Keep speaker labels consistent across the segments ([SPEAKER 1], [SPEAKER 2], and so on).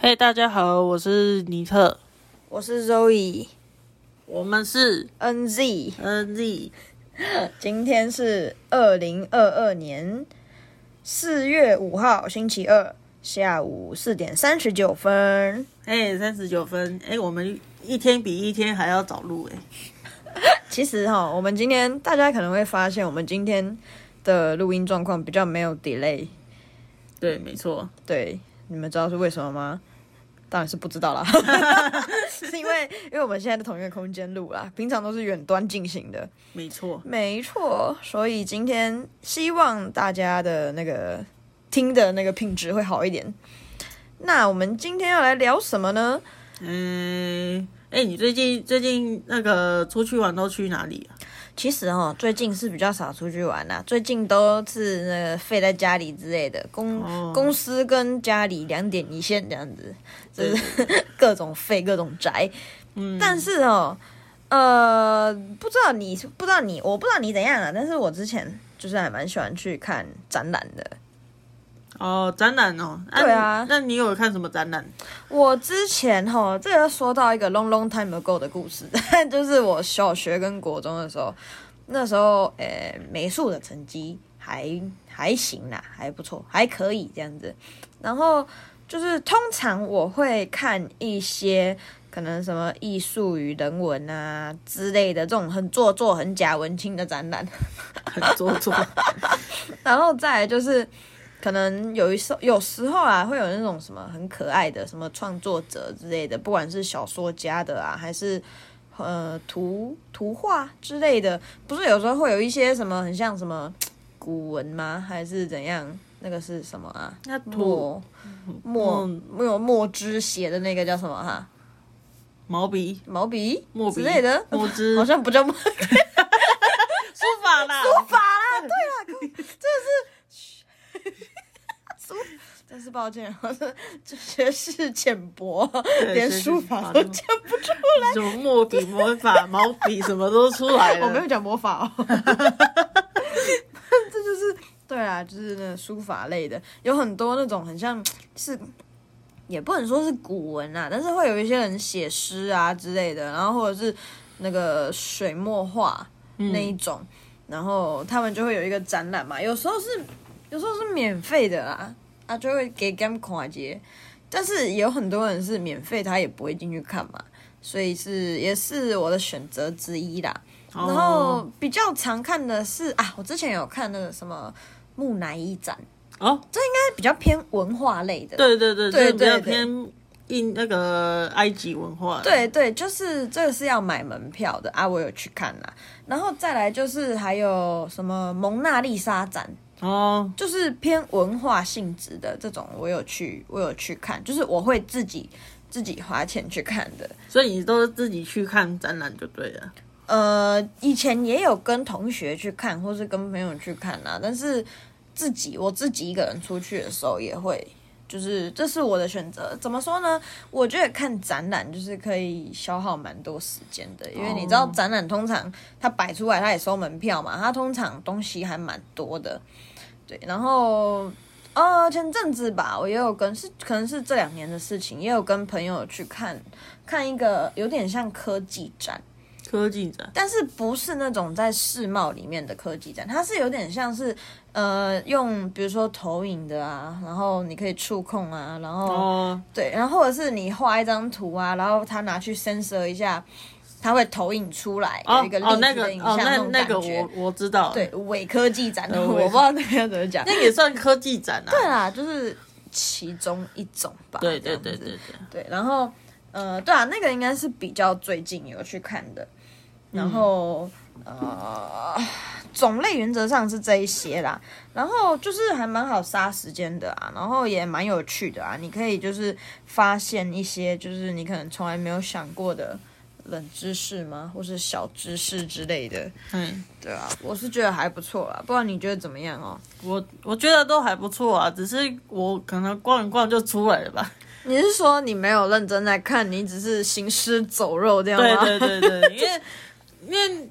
[SPEAKER 1] 嘿、大家好，我是尼特，
[SPEAKER 2] 我是 Zoe
[SPEAKER 1] 我们是
[SPEAKER 2] NZ，
[SPEAKER 1] NZ，
[SPEAKER 2] 今天是二零二二年四月五号星期二下午四点三十九分。
[SPEAKER 1] 哎，三十九分，哎、我们一天比一天还要早录哎、
[SPEAKER 2] 其实哈，我们今天大家可能会发现，我们今天的录音状况比较没有 delay。
[SPEAKER 1] 对，没错，
[SPEAKER 2] 对，你们知道是为什么吗？当然是不知道啦， 是因为因为我们现在在同一个空间录啦，平常都是远端进行的。
[SPEAKER 1] 没错，
[SPEAKER 2] 没错，所以今天希望大家的那个听的那个品质会好一点。那我们今天要来聊什么呢？
[SPEAKER 1] 嗯、哎、你最近最近那个出去玩都去哪里啊？
[SPEAKER 2] 其实哦，最近是比较少出去玩啦、啊最近都是那个废在家里之类的，公、
[SPEAKER 1] 哦
[SPEAKER 2] 公司跟家里两点一线这样子，就是 各种废各种宅。
[SPEAKER 1] 嗯，
[SPEAKER 2] 但是哦，呃，不知道你不知道你，我不知道你怎样啊，但是我之前就是还蛮喜欢去看展览的。
[SPEAKER 1] 哦，展览哦，那
[SPEAKER 2] 对啊
[SPEAKER 1] 你那你有看什么展览？
[SPEAKER 2] 我之前哈，这个说到一个 long long time ago 的故事， 就是我小学跟国中的时候，那时候呃美术的成绩还还行啦，还不错，还可以这样子。然后就是通常我会看一些可能什么艺术与人文啊之类的这种很做作、很假文青的展览，
[SPEAKER 1] 很做 作，
[SPEAKER 2] 然后再来就是，可能有一时候有时候啊，会有那种什么很可爱的什么创作者之类的，不管是小说家的啊，还是呃图图画之类的，不是有时候会有一些什么很像什么古文吗？还是怎样？那个是什么啊？
[SPEAKER 1] 那土
[SPEAKER 2] 墨墨
[SPEAKER 1] 嗯
[SPEAKER 2] 墨墨汁写的那个叫什么哈、
[SPEAKER 1] 毛笔、
[SPEAKER 2] 毛笔
[SPEAKER 1] 墨
[SPEAKER 2] 之
[SPEAKER 1] 笔
[SPEAKER 2] 类的，
[SPEAKER 1] 墨汁
[SPEAKER 2] 好像不叫墨
[SPEAKER 1] 书法啦，
[SPEAKER 2] 法啦，对啦，真的是， 真是抱歉，我是这学识浅薄，连
[SPEAKER 1] 学识
[SPEAKER 2] 书
[SPEAKER 1] 浅
[SPEAKER 2] 法
[SPEAKER 1] 薄
[SPEAKER 2] 都
[SPEAKER 1] 的
[SPEAKER 2] 讲不出。
[SPEAKER 1] 什么墨笔、魔法、毛笔，什么都出来了。
[SPEAKER 2] 我没有讲魔法哦，这就是对啦，就是那个书法类的，有很多那种很像是。也不能说是古文啊，但是会有一些人写诗啊之类的，然后或者是那个水墨画
[SPEAKER 1] 嗯
[SPEAKER 2] 那一种，然后他们就会有一个展览嘛，有时候是有时候是免费的啦，啊就会给他们跨街，但是有很多人是免费，他也不会进去看嘛，所以是也是我的选择之一啦。
[SPEAKER 1] 哦
[SPEAKER 2] 然后比较常看的是啊，我之前有看那个什么木乃伊展，
[SPEAKER 1] 哦，
[SPEAKER 2] 但是比较偏文化类的。
[SPEAKER 1] 对对对，就是
[SPEAKER 2] 对
[SPEAKER 1] 比较
[SPEAKER 2] 对对
[SPEAKER 1] 偏印那个埃及文化。
[SPEAKER 2] 对对，就是这个是要买门票的啊，我有去看啦。然后再来就是还有什么蒙娜丽莎展，
[SPEAKER 1] 哦，
[SPEAKER 2] 就是偏文化性质的这种，我有去我有去看，就是我会自己自己花钱去看的。
[SPEAKER 1] 所以你都是自己去看展览就对了。
[SPEAKER 2] 呃，以前也有跟同学去看，或是跟朋友去看啦、但是自己我自己一个人出去的时候也会，就是这是我的选择。怎么说呢？我觉得看展览就是可以消耗蛮多时间的，因为你知道
[SPEAKER 1] 哦
[SPEAKER 2] 展览通常它摆出来，它也收门票嘛，它通常东西还蛮多的。对，然后呃，前阵子吧，我也有跟是可能是这两年的事情，也有跟朋友去看看一个有点像科技展。
[SPEAKER 1] 科技展，
[SPEAKER 2] 但是不是那种在世贸里面的科技展，它是有点像是呃用比如说投影的啊，然后你可以触控啊，然后、
[SPEAKER 1] 哦，
[SPEAKER 2] 对，然后或者是你画一张图啊，然后它拿去 sensor 一下，它会投影出来有
[SPEAKER 1] 哦
[SPEAKER 2] 一个
[SPEAKER 1] 哦
[SPEAKER 2] 立
[SPEAKER 1] 那
[SPEAKER 2] 体
[SPEAKER 1] 个
[SPEAKER 2] 的影像、
[SPEAKER 1] 哦那
[SPEAKER 2] 种
[SPEAKER 1] 那
[SPEAKER 2] 感
[SPEAKER 1] 个
[SPEAKER 2] 觉。
[SPEAKER 1] 我我知道，
[SPEAKER 2] 对，，伪科技展，
[SPEAKER 1] 呃
[SPEAKER 2] 我
[SPEAKER 1] 伪
[SPEAKER 2] 不知道那个怎么讲。
[SPEAKER 1] 那也算科技展啊。
[SPEAKER 2] 对啦，就是其中一种吧。
[SPEAKER 1] 对
[SPEAKER 2] 这
[SPEAKER 1] 对
[SPEAKER 2] 样
[SPEAKER 1] 对
[SPEAKER 2] 子
[SPEAKER 1] 对对，
[SPEAKER 2] 对，然后呃，对啊，那个应该是比较最近有去看的，然后、呃，种类原则上是这一些啦，然后就是还蛮好杀时间的啊，然后也蛮有趣的啊，你可以就是发现一些就是你可能从来没有想过的。冷知识吗？或是小知识之类的？
[SPEAKER 1] 嗯，
[SPEAKER 2] 对啊，我是觉得还不错啦，不然你觉得怎么样哦？
[SPEAKER 1] 我我觉得都还不错啊，只是我可能逛一逛就出来了 吧。
[SPEAKER 2] 你是说你没有认真啊在看，你只是行尸走肉这样吗？
[SPEAKER 1] 对对对对，因为因为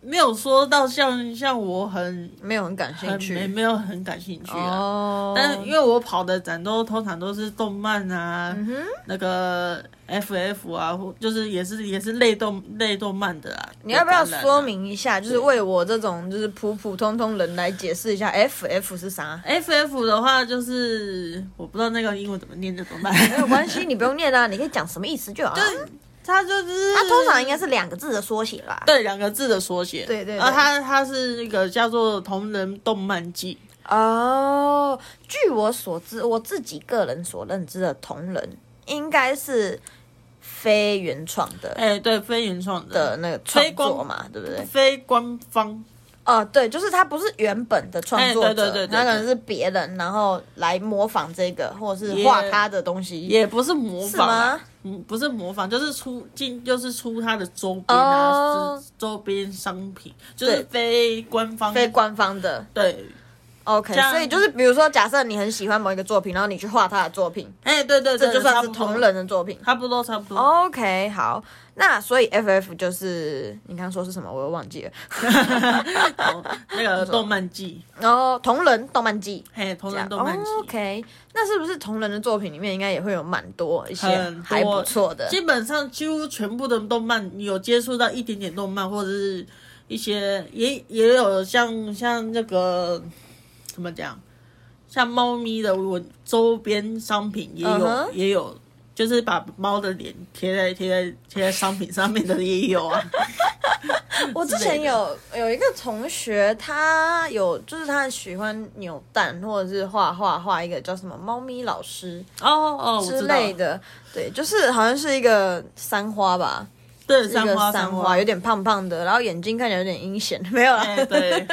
[SPEAKER 1] 没有说到像像我很
[SPEAKER 2] 没有很感兴
[SPEAKER 1] 很没
[SPEAKER 2] 趣。
[SPEAKER 1] 没有很感兴趣啊。
[SPEAKER 2] 哦，
[SPEAKER 1] 但是因为我跑的展都通常都是动漫啊，
[SPEAKER 2] 嗯
[SPEAKER 1] 那个 FF 啊，或就是也是也是类动类动漫的啊。
[SPEAKER 2] 你要不要
[SPEAKER 1] 展览啊
[SPEAKER 2] 说明一下，就是为我这种就是普普通通人来解释一下 F F 是啥？
[SPEAKER 1] ？FF 的话就是我不知道那个英文怎么念，就怎么办？
[SPEAKER 2] 没有关系，你不用念啊，你可以讲什么意思就好 了。啊
[SPEAKER 1] 它就是
[SPEAKER 2] 它通常应该是两个字的缩写吧？
[SPEAKER 1] 对两个字的缩写。
[SPEAKER 2] 对对对
[SPEAKER 1] 啊，它它是那个叫做同人动漫季。
[SPEAKER 2] 哦，据我所知，我自己个人所认知的同人应该是非原创的
[SPEAKER 1] 哎、对，非原创
[SPEAKER 2] 的
[SPEAKER 1] 的，
[SPEAKER 2] 那个创
[SPEAKER 1] 非官
[SPEAKER 2] 作嘛，对不对？
[SPEAKER 1] 非官方。
[SPEAKER 2] 哦，对，就是它不是原本的创作者，
[SPEAKER 1] 哎对对对对
[SPEAKER 2] 它可能是别人，然后来模仿这个，或者是
[SPEAKER 1] 也
[SPEAKER 2] 画他的东西。
[SPEAKER 1] 也不是模
[SPEAKER 2] 是
[SPEAKER 1] 仿、
[SPEAKER 2] 吗
[SPEAKER 1] 啊，嗯，不是模仿，就是出进，就是出它的周边啊，
[SPEAKER 2] 哦
[SPEAKER 1] 就是周边商品，就是
[SPEAKER 2] 对
[SPEAKER 1] 非官方，
[SPEAKER 2] 非官方的
[SPEAKER 1] 对，
[SPEAKER 2] ，OK，
[SPEAKER 1] 这样
[SPEAKER 2] 所以就是比如说，假设你很喜欢某一个作品，然后你去画他的作品，
[SPEAKER 1] 哎、对对对，
[SPEAKER 2] 这就算是
[SPEAKER 1] 差不多
[SPEAKER 2] 同，人的哦作品。
[SPEAKER 1] 差不多差不多。
[SPEAKER 2] OK，好，那所以 FF 就是你刚刚说是什么，我又忘记了。
[SPEAKER 1] 哦那个动漫季，
[SPEAKER 2] 然后同人动漫季，
[SPEAKER 1] 嘿，同
[SPEAKER 2] 这
[SPEAKER 1] 人
[SPEAKER 2] 样
[SPEAKER 1] 动漫季。
[SPEAKER 2] OK，那是不是同人的作品里面应该也会有蛮多一些
[SPEAKER 1] 很多
[SPEAKER 2] 还不错的？
[SPEAKER 1] 基本上几乎全部的动漫有接触到一点点动漫，或者是一些也也有像像那个怎么讲，像猫咪的我周边商品也有、
[SPEAKER 2] 嗯哼
[SPEAKER 1] 也有，就是把猫的脸贴在贴在贴在商品上面的也有 啊。
[SPEAKER 2] 我之前有有一个同学，他有就是他喜欢扭蛋或者是画画，画一个叫什么猫咪老师
[SPEAKER 1] 哦哦， 我
[SPEAKER 2] 之
[SPEAKER 1] 知道了，
[SPEAKER 2] 类的，对，就是好像是一个三花吧，
[SPEAKER 1] 对，
[SPEAKER 2] 一
[SPEAKER 1] 三
[SPEAKER 2] 个
[SPEAKER 1] 花
[SPEAKER 2] 三
[SPEAKER 1] 花
[SPEAKER 2] 花，有。点胖胖的，然后眼睛看起来有点阴险， 没有啦，
[SPEAKER 1] 哎， 对，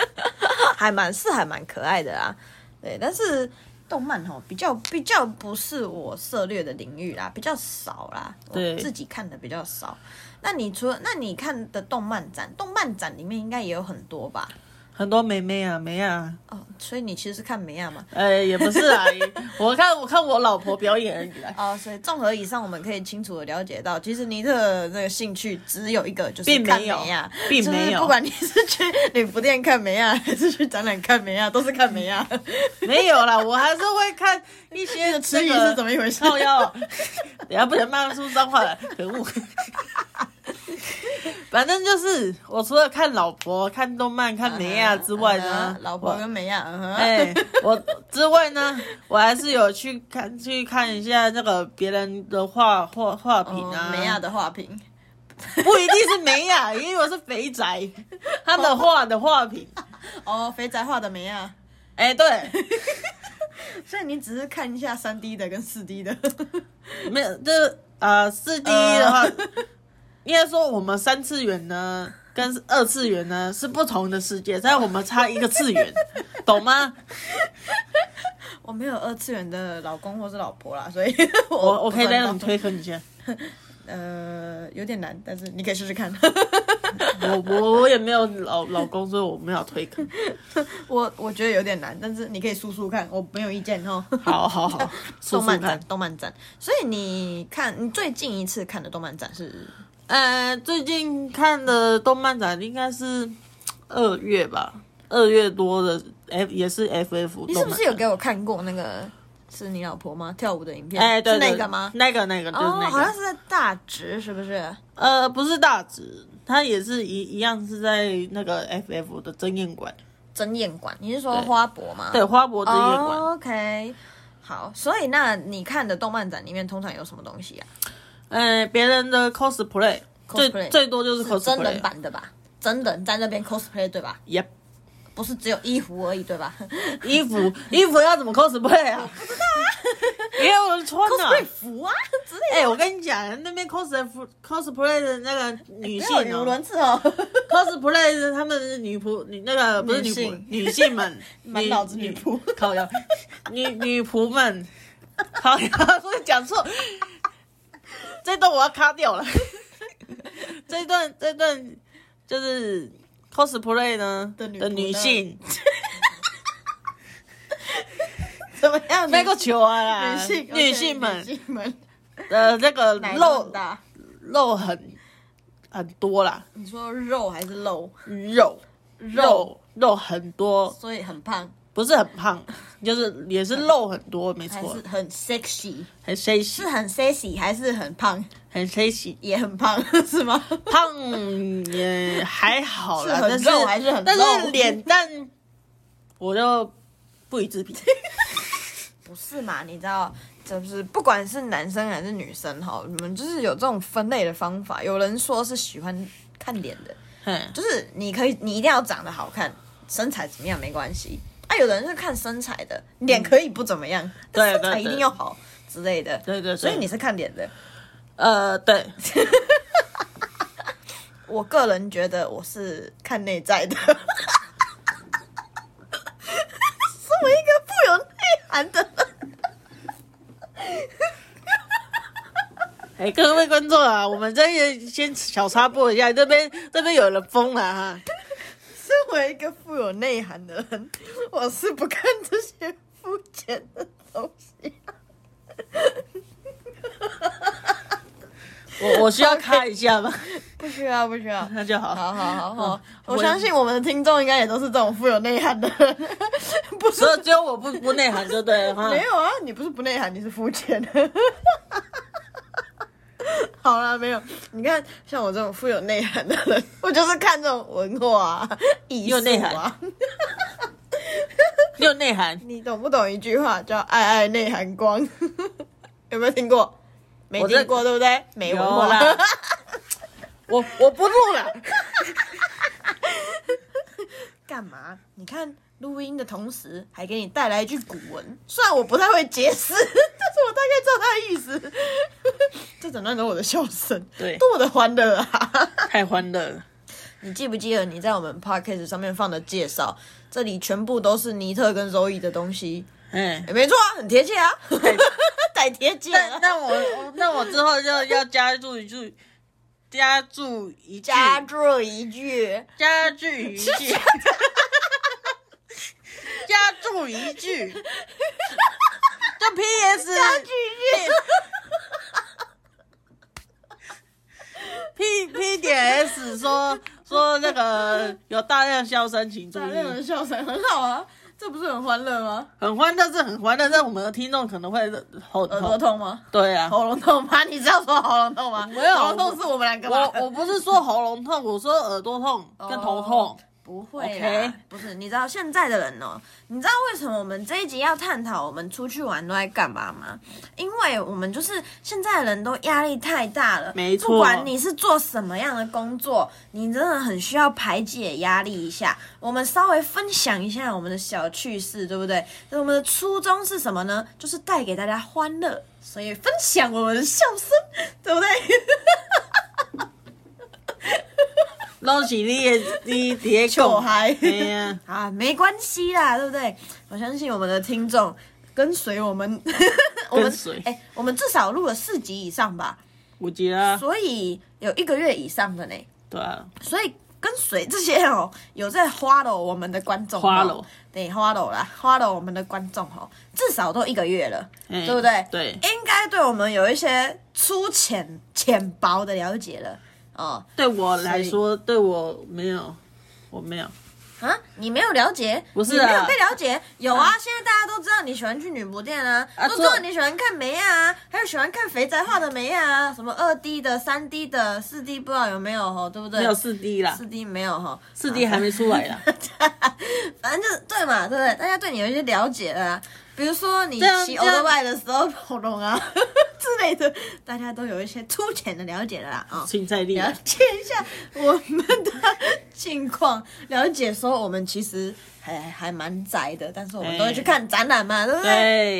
[SPEAKER 2] 还蛮是还蛮可爱的啦。对，但是动漫吼比较比较不是我涉猎的领域啦，比较少啦，
[SPEAKER 1] 对
[SPEAKER 2] 我自己看的比较少。那你除了那你看的动漫展，动漫展里面应该也有很多吧？
[SPEAKER 1] 很多妹妹啊，妹啊，
[SPEAKER 2] 哦，所以你其实是看美亚嘛？
[SPEAKER 1] 呃，也不是啊，也 我看我看我老婆表演而已啊啦，
[SPEAKER 2] 哦，所以综合以上，我们可以清楚的了解到，其实尼特的那个兴趣只有一个，就是
[SPEAKER 1] 并
[SPEAKER 2] 看
[SPEAKER 1] 没有
[SPEAKER 2] 美亚，
[SPEAKER 1] 并
[SPEAKER 2] 就是
[SPEAKER 1] 没有
[SPEAKER 2] 不管你是去礼服店看美亚，还是去展览看美亚，都是看 美亚。
[SPEAKER 1] 没有啦，我还是会看一些
[SPEAKER 2] 至
[SPEAKER 1] 词语
[SPEAKER 2] 于是
[SPEAKER 1] 是
[SPEAKER 2] 怎
[SPEAKER 1] 怎么
[SPEAKER 2] 么一回事？
[SPEAKER 1] 靠腰 哦，等一下不能骂出脏话来，可 恶。反正就是，我除了看老婆、看动漫、看美亚之外呢，
[SPEAKER 2] 嗯老婆
[SPEAKER 1] 我
[SPEAKER 2] 跟美亚，嗯哼
[SPEAKER 1] 哎、我之外呢，我还是有去看去看一下那个别人的画画画品啊，
[SPEAKER 2] 嗯美亚的画屏。
[SPEAKER 1] 不一定是美亚，因为我是肥宅，他们画的画 品，
[SPEAKER 2] 哦，肥宅画的美亚，
[SPEAKER 1] 哎、对。
[SPEAKER 2] 所以你只是看一下三 D 的跟四 D 的，
[SPEAKER 1] 没有，这呃四 D 的话，应该说我们三次元呢跟二次元呢是不同的世界，但我们差一个次元，懂吗？
[SPEAKER 2] 我没有二次元的老公或是老婆啦，所以 我
[SPEAKER 1] 我我可以
[SPEAKER 2] 不知
[SPEAKER 1] 再
[SPEAKER 2] 道
[SPEAKER 1] 让你推坑一下，
[SPEAKER 2] 呃，有点难，但是你可以试试 看。
[SPEAKER 1] 我我我也没有老老公，所以我没有推坑。
[SPEAKER 2] 我我觉得有点难，但是你可以输输看，我没有意见 哦。
[SPEAKER 1] 好好好，说
[SPEAKER 2] 动
[SPEAKER 1] 说
[SPEAKER 2] 漫
[SPEAKER 1] 看
[SPEAKER 2] 展，。动漫展，所以你看，你最近一次看的动漫展是
[SPEAKER 1] 呃，最近看的动漫展应该是二月吧，二月多的 F 也是 FF
[SPEAKER 2] 你是
[SPEAKER 1] 动
[SPEAKER 2] 不
[SPEAKER 1] 漫
[SPEAKER 2] 是。有给我看过那个是你老婆吗？跳舞的影片，
[SPEAKER 1] 哎，对
[SPEAKER 2] 是
[SPEAKER 1] 对，
[SPEAKER 2] 那个吗？
[SPEAKER 1] 那个那个就是那个，
[SPEAKER 2] 哦，好像是在大直，是不是？
[SPEAKER 1] 呃，不是大直，它也是一一样是在那个 FF 的真验馆，
[SPEAKER 2] 真艳馆，你是说花博吗？
[SPEAKER 1] 对，花博真验馆。
[SPEAKER 2] 哦 OK，好，所以那你看的动漫展里面通常有什么东西啊？
[SPEAKER 1] 呃，别人的 cosplay 最
[SPEAKER 2] cosplay
[SPEAKER 1] 最多就是
[SPEAKER 2] 是真人
[SPEAKER 1] cosplay。
[SPEAKER 2] 版的吧？真人在那边 cosplay 对吧？
[SPEAKER 1] Yep，
[SPEAKER 2] 不是只有衣服而已对 吧
[SPEAKER 1] 衣服 衣服要怎么 cosplay 啊？ 也有人穿啊。
[SPEAKER 2] ？cosplay 服啊之类
[SPEAKER 1] 哎、我跟你讲，那边 cos cosplay 的那个女性
[SPEAKER 2] 的，语无
[SPEAKER 1] 哦、
[SPEAKER 2] 伦次哦。
[SPEAKER 1] c o s p l a y 的他们的女仆女那个不是女
[SPEAKER 2] 女
[SPEAKER 1] 仆
[SPEAKER 2] 性
[SPEAKER 1] 女性们，
[SPEAKER 2] 满脑子女仆
[SPEAKER 1] 靠腰，女女仆们，靠腰，我讲错，这段我要卡掉了，这段这段就是 cosplay 呢
[SPEAKER 2] 的女仆呢
[SPEAKER 1] 的女 性，
[SPEAKER 2] 怎么样？
[SPEAKER 1] 那个球啊啦，
[SPEAKER 2] 女性
[SPEAKER 1] 女性们
[SPEAKER 2] 女性们
[SPEAKER 1] 的那个
[SPEAKER 2] 奶
[SPEAKER 1] 露
[SPEAKER 2] 的
[SPEAKER 1] 露痕，很多啦，
[SPEAKER 2] 你说肉还是肉？
[SPEAKER 1] 肉肉肉很多，
[SPEAKER 2] 所以很胖，
[SPEAKER 1] 不是很胖，就是也是肉很多，没
[SPEAKER 2] 还
[SPEAKER 1] 错
[SPEAKER 2] 是，很 sexy，
[SPEAKER 1] 很 sexy，
[SPEAKER 2] 是很 sexy 还是很胖？
[SPEAKER 1] 很 sexy。
[SPEAKER 2] 也很胖 是吗？
[SPEAKER 1] 胖也还好啦，
[SPEAKER 2] 是很
[SPEAKER 1] 但是
[SPEAKER 2] 肉还是很
[SPEAKER 1] 但
[SPEAKER 2] 肉
[SPEAKER 1] 是脸蛋，我就不予置 评。
[SPEAKER 2] 不是嘛？你知道，就是不管是男生还是女生哈，你们就是有这种分类的方法。有人说是喜欢看脸的，
[SPEAKER 1] 嗯
[SPEAKER 2] 就是你可以，你一定要长得好看，身材怎么样没关系。啊，有的人是看身材的，脸可以不怎么样，但
[SPEAKER 1] 对
[SPEAKER 2] 身材
[SPEAKER 1] 对
[SPEAKER 2] 一
[SPEAKER 1] 对
[SPEAKER 2] 定要好之类的。
[SPEAKER 1] 对对对
[SPEAKER 2] 所以你是看脸的。
[SPEAKER 1] 呃，对，
[SPEAKER 2] 我个人觉得我是看内在的， 这么一个富有内涵的人。
[SPEAKER 1] 哎、各位观众啊，我们这边先小插播一下，这边这边有人疯了哈，
[SPEAKER 2] 身为一个富有内涵的人，我是不看这些肤浅的东西。
[SPEAKER 1] 我我需要咔一下吗？
[SPEAKER 2] 不需要，不需要。
[SPEAKER 1] 那就好。
[SPEAKER 2] 好好好好
[SPEAKER 1] 嗯，
[SPEAKER 2] 我相信我们的听众应该也都是这种富有内 涵的人，不是
[SPEAKER 1] 所以只有我不不内涵就 对了哈。
[SPEAKER 2] 没有啊，你不是不内涵，你是肤浅。 好啦，没有。你看，像我这种富有内涵的人， 我就是看这种文化、啊、艺术
[SPEAKER 1] 有内
[SPEAKER 2] 啊
[SPEAKER 1] 涵。你有内涵，
[SPEAKER 2] 你懂不懂一句话叫“爱爱内涵光”？ 有没有听过？没
[SPEAKER 1] 我这
[SPEAKER 2] 听过，对不对？没文
[SPEAKER 1] 有
[SPEAKER 2] 化。
[SPEAKER 1] 啦。我我不录了，
[SPEAKER 2] 干嘛？你看录音的同时，还给你带来一句古文，虽然我不太会解释， 但是我大概知道他的意思。 这整段都是我的笑声，
[SPEAKER 1] 对
[SPEAKER 2] 多么的欢乐啊！
[SPEAKER 1] 太欢乐了。
[SPEAKER 2] 你记不记得你在我们 podcast 上面放的介绍？这里全部都是尼特跟周易的东西，
[SPEAKER 1] 哎、
[SPEAKER 2] 诶没错啊，很贴切啊， 太贴切
[SPEAKER 1] 那
[SPEAKER 2] 了。
[SPEAKER 1] 那我我那我之后就要加注一句，加注一句，
[SPEAKER 2] 加注一句，
[SPEAKER 1] 加注一句，加注一句，就 P.S.
[SPEAKER 2] 加 注一句，
[SPEAKER 1] P P 点 S 说说那个有大量笑声，请注
[SPEAKER 2] 大量的
[SPEAKER 1] 意，
[SPEAKER 2] 笑声很好啊，这不是很欢乐吗？
[SPEAKER 1] 很欢乐是很欢乐，但我们的听众可能会头
[SPEAKER 2] 耳朵
[SPEAKER 1] 头
[SPEAKER 2] 痛吗？
[SPEAKER 1] 对啊，
[SPEAKER 2] 喉咙痛吗？你知道说喉咙痛吗？
[SPEAKER 1] 没有
[SPEAKER 2] 喉咙痛是我们两个吧
[SPEAKER 1] 我我不是说喉咙痛，我说耳朵痛跟头痛，
[SPEAKER 2] 不会啦
[SPEAKER 1] OK
[SPEAKER 2] 不是，你知道现在的人哦、你知道为什么我们这一集要探讨我们出去玩都在干嘛吗？因为我们就是现在的人都压力太大了，
[SPEAKER 1] 没错
[SPEAKER 2] 不管你是做什么样的工作，你真的很需要排解压力一下。我们稍微分享一下我们的小趣事，对不对？那我们的初衷是什么呢？就是带给大家欢乐，所以分享我们的笑声，对不对？
[SPEAKER 1] 拢是你的你的
[SPEAKER 2] 就
[SPEAKER 1] 穷
[SPEAKER 2] 嗨
[SPEAKER 1] 哎呀，
[SPEAKER 2] 啊，没关系啦，对不对？我相信我们的听众跟随我们， 我们
[SPEAKER 1] 跟随
[SPEAKER 2] 哎、我们至少录了四集以上吧，
[SPEAKER 1] 五级啊，
[SPEAKER 2] 所以有一个月以上的呢，
[SPEAKER 1] 对啊，
[SPEAKER 2] 所以跟随这些哦，有在花了我们的观众、哦，
[SPEAKER 1] 花了
[SPEAKER 2] 对，花了啦，花了我们的观众哦，至少都一个月了，
[SPEAKER 1] 哎
[SPEAKER 2] 对不对？
[SPEAKER 1] 对
[SPEAKER 2] 应该对我们有一些粗浅浅薄的了解了哦。
[SPEAKER 1] 对我来说，对我没有，我没有，
[SPEAKER 2] 啊，你没有了解？
[SPEAKER 1] 不是
[SPEAKER 2] 你没有
[SPEAKER 1] 啊
[SPEAKER 2] 被了解？有啊，现在大家都知道你喜欢去女仆店啊，
[SPEAKER 1] 啊
[SPEAKER 2] 都知道
[SPEAKER 1] 这
[SPEAKER 2] 你喜欢看美啊，还有喜欢看肥宅画的美啊，什么二 D 的、三 D 的、四 D 不知道有没有吼，对不对？
[SPEAKER 1] 没有四 D 啦
[SPEAKER 2] 四，D 没有哈，
[SPEAKER 1] 四 D 还没出来啦。
[SPEAKER 2] 反正就是对嘛，对不对？大家对你有一些了解了、啊，比如说你
[SPEAKER 1] 这样
[SPEAKER 2] 骑
[SPEAKER 1] 这
[SPEAKER 2] o
[SPEAKER 1] 样
[SPEAKER 2] l 外的时候跑龙啊 之类的，大家都有一些粗浅的了解了啦啊。
[SPEAKER 1] 青菜粒啊
[SPEAKER 2] 了，解一下我们的近况，了解说我们其实还还蛮宅的，但是我们
[SPEAKER 1] 哎
[SPEAKER 2] 都会去看展览嘛，对不对？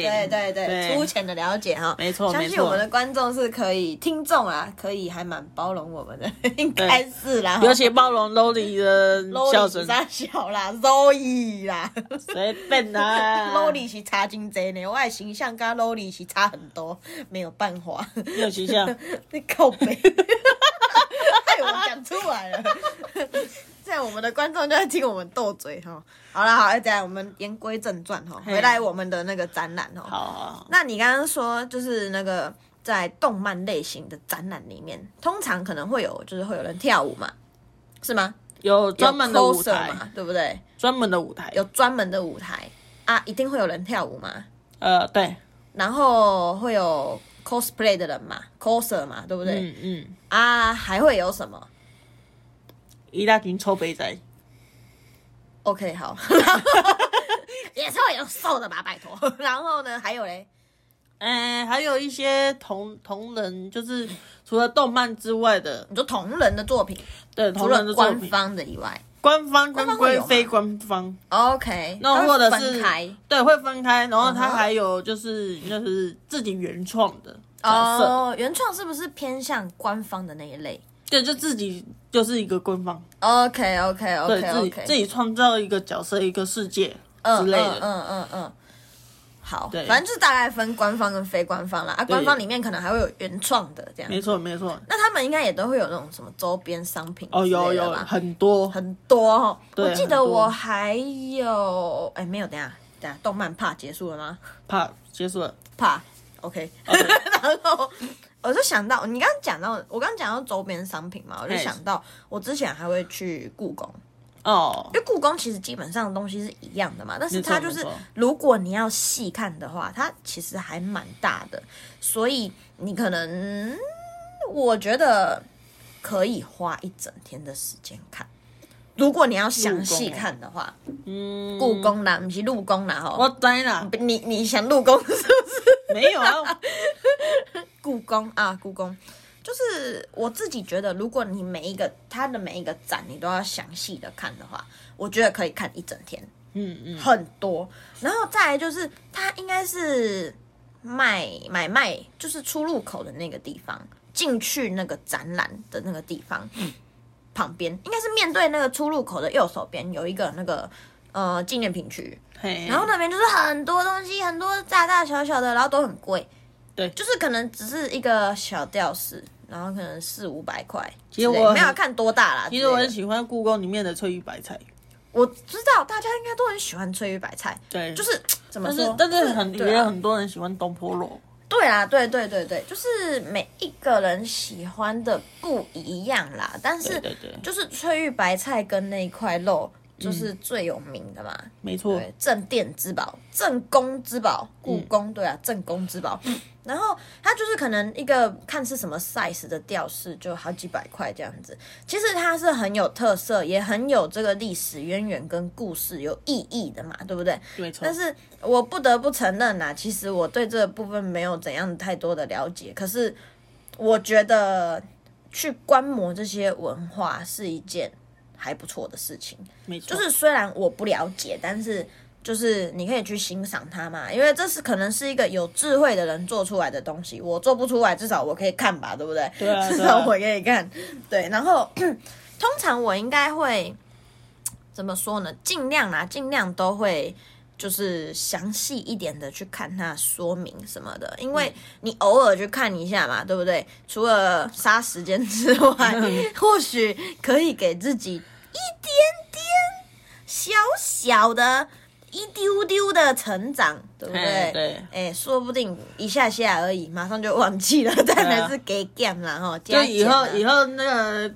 [SPEAKER 1] 对
[SPEAKER 2] 对对对，
[SPEAKER 1] 对
[SPEAKER 2] 粗浅的了解哈，
[SPEAKER 1] 没错
[SPEAKER 2] 相
[SPEAKER 1] 没
[SPEAKER 2] 信
[SPEAKER 1] 错
[SPEAKER 2] 我们的观众是可以，听众啊，可以还蛮包容我 们的，应该是啦。
[SPEAKER 1] 尤其包容 Loli 的笑 声，
[SPEAKER 2] 三小啦 ，Zoe 啦
[SPEAKER 1] 随便 啦。
[SPEAKER 2] ，Loli 是差真多呢，我的形象跟 Loli 是差很多，没有办法。
[SPEAKER 1] 你有形 象，
[SPEAKER 2] 你靠背，害我讲出来了。 这样我们的观众就会听我们斗嘴哈。好啦，好，这样我们言归正传哈，
[SPEAKER 1] 嘿
[SPEAKER 2] 回来我们的那个展览哈。
[SPEAKER 1] 好好好，
[SPEAKER 2] 那你刚刚说就是那个在动漫类型的展览里面，通常可能会有就是会有人跳舞嘛，是吗？
[SPEAKER 1] 有专
[SPEAKER 2] 有
[SPEAKER 1] 门的舞
[SPEAKER 2] coser
[SPEAKER 1] 台，
[SPEAKER 2] 嘛，对不对？
[SPEAKER 1] 专门的舞台
[SPEAKER 2] 有专门的舞台啊，一定会有人跳舞嘛，
[SPEAKER 1] 呃，对，
[SPEAKER 2] 然后会有 cosplay 的人嘛，coser 嘛，对不对？
[SPEAKER 1] 嗯嗯，
[SPEAKER 2] 啊，还会有什么
[SPEAKER 1] 一大群臭肥仔，
[SPEAKER 2] ？OK，好， 也是会有瘦的吧，拜托。 然后呢，还有嘞，嗯
[SPEAKER 1] 哎、还有一些同同人，就是除了动漫之外的，
[SPEAKER 2] 你说同人的作品，
[SPEAKER 1] 对
[SPEAKER 2] 除
[SPEAKER 1] 同人
[SPEAKER 2] 了
[SPEAKER 1] 的作
[SPEAKER 2] 官
[SPEAKER 1] 品，
[SPEAKER 2] 方的以外
[SPEAKER 1] 官方
[SPEAKER 2] 官
[SPEAKER 1] 跟
[SPEAKER 2] 方会
[SPEAKER 1] 归
[SPEAKER 2] 有吗
[SPEAKER 1] 非官方，
[SPEAKER 2] ，OK，
[SPEAKER 1] 那
[SPEAKER 2] 它
[SPEAKER 1] 或者
[SPEAKER 2] 会
[SPEAKER 1] 是
[SPEAKER 2] 分开
[SPEAKER 1] 对，会分开，然后它
[SPEAKER 2] 嗯哼
[SPEAKER 1] 还有就是就是自己原创的角色，
[SPEAKER 2] 哦，原创是不是偏向官方的那一类
[SPEAKER 1] 对，就自己就是一个官方，
[SPEAKER 2] ？OK OK
[SPEAKER 1] 对
[SPEAKER 2] OK
[SPEAKER 1] 自己
[SPEAKER 2] OK，
[SPEAKER 1] 自己创造一个角色一个世界之类
[SPEAKER 2] 嗯
[SPEAKER 1] 的，
[SPEAKER 2] 嗯嗯嗯，好，
[SPEAKER 1] 对
[SPEAKER 2] 反正就是大概分官方跟非官方啦。啊，官方里面可能还会有原创的这样。
[SPEAKER 1] 没错没错，
[SPEAKER 2] 那他们应该也都会有那种什么周边商品
[SPEAKER 1] 哦
[SPEAKER 2] 之类
[SPEAKER 1] 有
[SPEAKER 2] 的
[SPEAKER 1] 有
[SPEAKER 2] 吧
[SPEAKER 1] 很多
[SPEAKER 2] 很多哦。
[SPEAKER 1] 对
[SPEAKER 2] 我记
[SPEAKER 1] 很
[SPEAKER 2] 得
[SPEAKER 1] 多
[SPEAKER 2] 我还有，哎，没有，等一下等一下，动漫怕结束了吗？
[SPEAKER 1] 怕结束了，
[SPEAKER 2] 怕，OK。然 后我就想到，你刚刚讲到，我刚刚讲到周边商品嘛，我就
[SPEAKER 1] 嘿
[SPEAKER 2] 想到我之前还会去故宫。
[SPEAKER 1] 哦
[SPEAKER 2] 因为故宫其实基本上的东西是一样的嘛，但是
[SPEAKER 1] 没错
[SPEAKER 2] 它就是
[SPEAKER 1] 没错
[SPEAKER 2] 如果你要细看的话，它其实还蛮大的，所以你可能我觉得可以花一整天的时间看。如果你要详细看的话，
[SPEAKER 1] 嗯，
[SPEAKER 2] 故宫啦，不是入宫啦吼
[SPEAKER 1] 我，呆啦，
[SPEAKER 2] 你你想入宫是不是？
[SPEAKER 1] 没有啊，
[SPEAKER 2] 故宫啊，故宫。就是我自己觉得，如果你每一个它的每一个展你都要详细的看的话，我觉得可以看一整天。
[SPEAKER 1] 嗯嗯，
[SPEAKER 2] 很多，然后再来就是它应该是卖买卖，就是出入口的那个地方，进去那个展览的那个地方、旁边，应该是面对那个出入口的右手边有一个那个呃纪念品区，
[SPEAKER 1] 嘿，
[SPEAKER 2] 然后那边就是很多东西，很多大大小小的，然后都很贵，
[SPEAKER 1] 对
[SPEAKER 2] 就是可能只是一个小吊饰，然后可能四五百块之
[SPEAKER 1] 其实
[SPEAKER 2] 类的，
[SPEAKER 1] 我很
[SPEAKER 2] 没有看多大啦之
[SPEAKER 1] 其
[SPEAKER 2] 类的，
[SPEAKER 1] 实我很喜欢故宫里面的翠玉白菜，
[SPEAKER 2] 我知道大家应该都很喜欢翠玉白菜。
[SPEAKER 1] 对，
[SPEAKER 2] 就。是怎么
[SPEAKER 1] 但
[SPEAKER 2] 说
[SPEAKER 1] 是？但是很
[SPEAKER 2] 对
[SPEAKER 1] 也有
[SPEAKER 2] 啊
[SPEAKER 1] 很多人喜欢东坡肉，
[SPEAKER 2] 对啦，对对对对，就是每一个人喜欢的不一样啦。但
[SPEAKER 1] 对
[SPEAKER 2] 是
[SPEAKER 1] 嗯对对，
[SPEAKER 2] 就是翠玉白菜跟那一块肉，就是最有名的嘛。
[SPEAKER 1] 没错，
[SPEAKER 2] 对，镇店之宝、镇宫之宝、故
[SPEAKER 1] 嗯
[SPEAKER 2] 宫，对啊，镇宫之宝。 然后它就是可能一个看是什么 size 的吊饰，就好几百块这样子。其实它是很有特色，也很有这个历史渊源跟故事有意义的嘛，对不对？
[SPEAKER 1] 没错
[SPEAKER 2] 但。是我不得不承认啦、其实我对这个部分没有怎样太多的了解，可是我觉得去观摩这些文化是一件还不错的事情。
[SPEAKER 1] 没错，
[SPEAKER 2] 就是虽然我不了解，但是就是你可以去欣赏它嘛，因为这是可能是一个有智慧的人做出来的东西，我做不出来，至少我可以看吧，对不对？
[SPEAKER 1] 对啊
[SPEAKER 2] 至
[SPEAKER 1] 对啊
[SPEAKER 2] 少我可以看。对，然后通常我应该会怎么说呢？尽量啦，尽量都会。就是详细一点的去看它说明什么的，
[SPEAKER 1] 嗯
[SPEAKER 2] 因为你偶尔去看一下嘛，对不对？除了杀时间之外，
[SPEAKER 1] 嗯
[SPEAKER 2] 或许可以给自己小小的一丢丢的成长，对不对？
[SPEAKER 1] 哎对
[SPEAKER 2] 哎、说不定一下下而已，马上就忘记了，但
[SPEAKER 1] 啊
[SPEAKER 2] 还是给 game 啦哈。
[SPEAKER 1] 就以后以
[SPEAKER 2] 后，
[SPEAKER 1] 后那个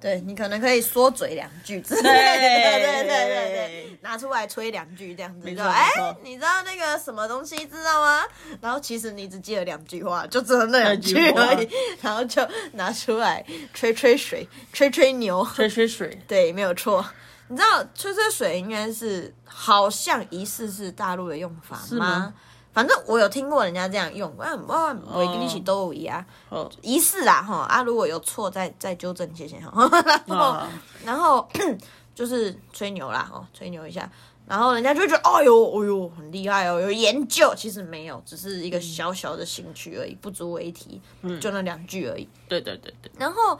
[SPEAKER 2] 对你可能可以说嘴两句之类的，对
[SPEAKER 1] 对
[SPEAKER 2] 对对对，拿出来吹两句这样子，
[SPEAKER 1] 没
[SPEAKER 2] 就
[SPEAKER 1] 错
[SPEAKER 2] 哎
[SPEAKER 1] 没错，
[SPEAKER 2] 你知道那个什么东西知道吗？然后其实你只记得两句话，就只有那两句
[SPEAKER 1] 两句话
[SPEAKER 2] 而已， 然后就拿出来吹吹水，吹吹 牛，
[SPEAKER 1] 吹吹水，
[SPEAKER 2] 对，没有错。你知道吹吹水应该是好像疑似是大陆的用法
[SPEAKER 1] 是吗
[SPEAKER 2] 反正我有听过人家这样用，我我我跟你一起都有一啊，
[SPEAKER 1] 哦，
[SPEAKER 2] 疑似啦哈啊，如果有错再再纠正，谢谢哈。 然后、
[SPEAKER 1] 啊
[SPEAKER 2] 然后 就是吹牛啦哈，吹牛一下，然后人家就会觉得哎呦哎呦很厉害哦，有研究，其实没有，只是一个小小的兴趣而已，不足为提，就那两句而已。
[SPEAKER 1] 对对对对，
[SPEAKER 2] 然后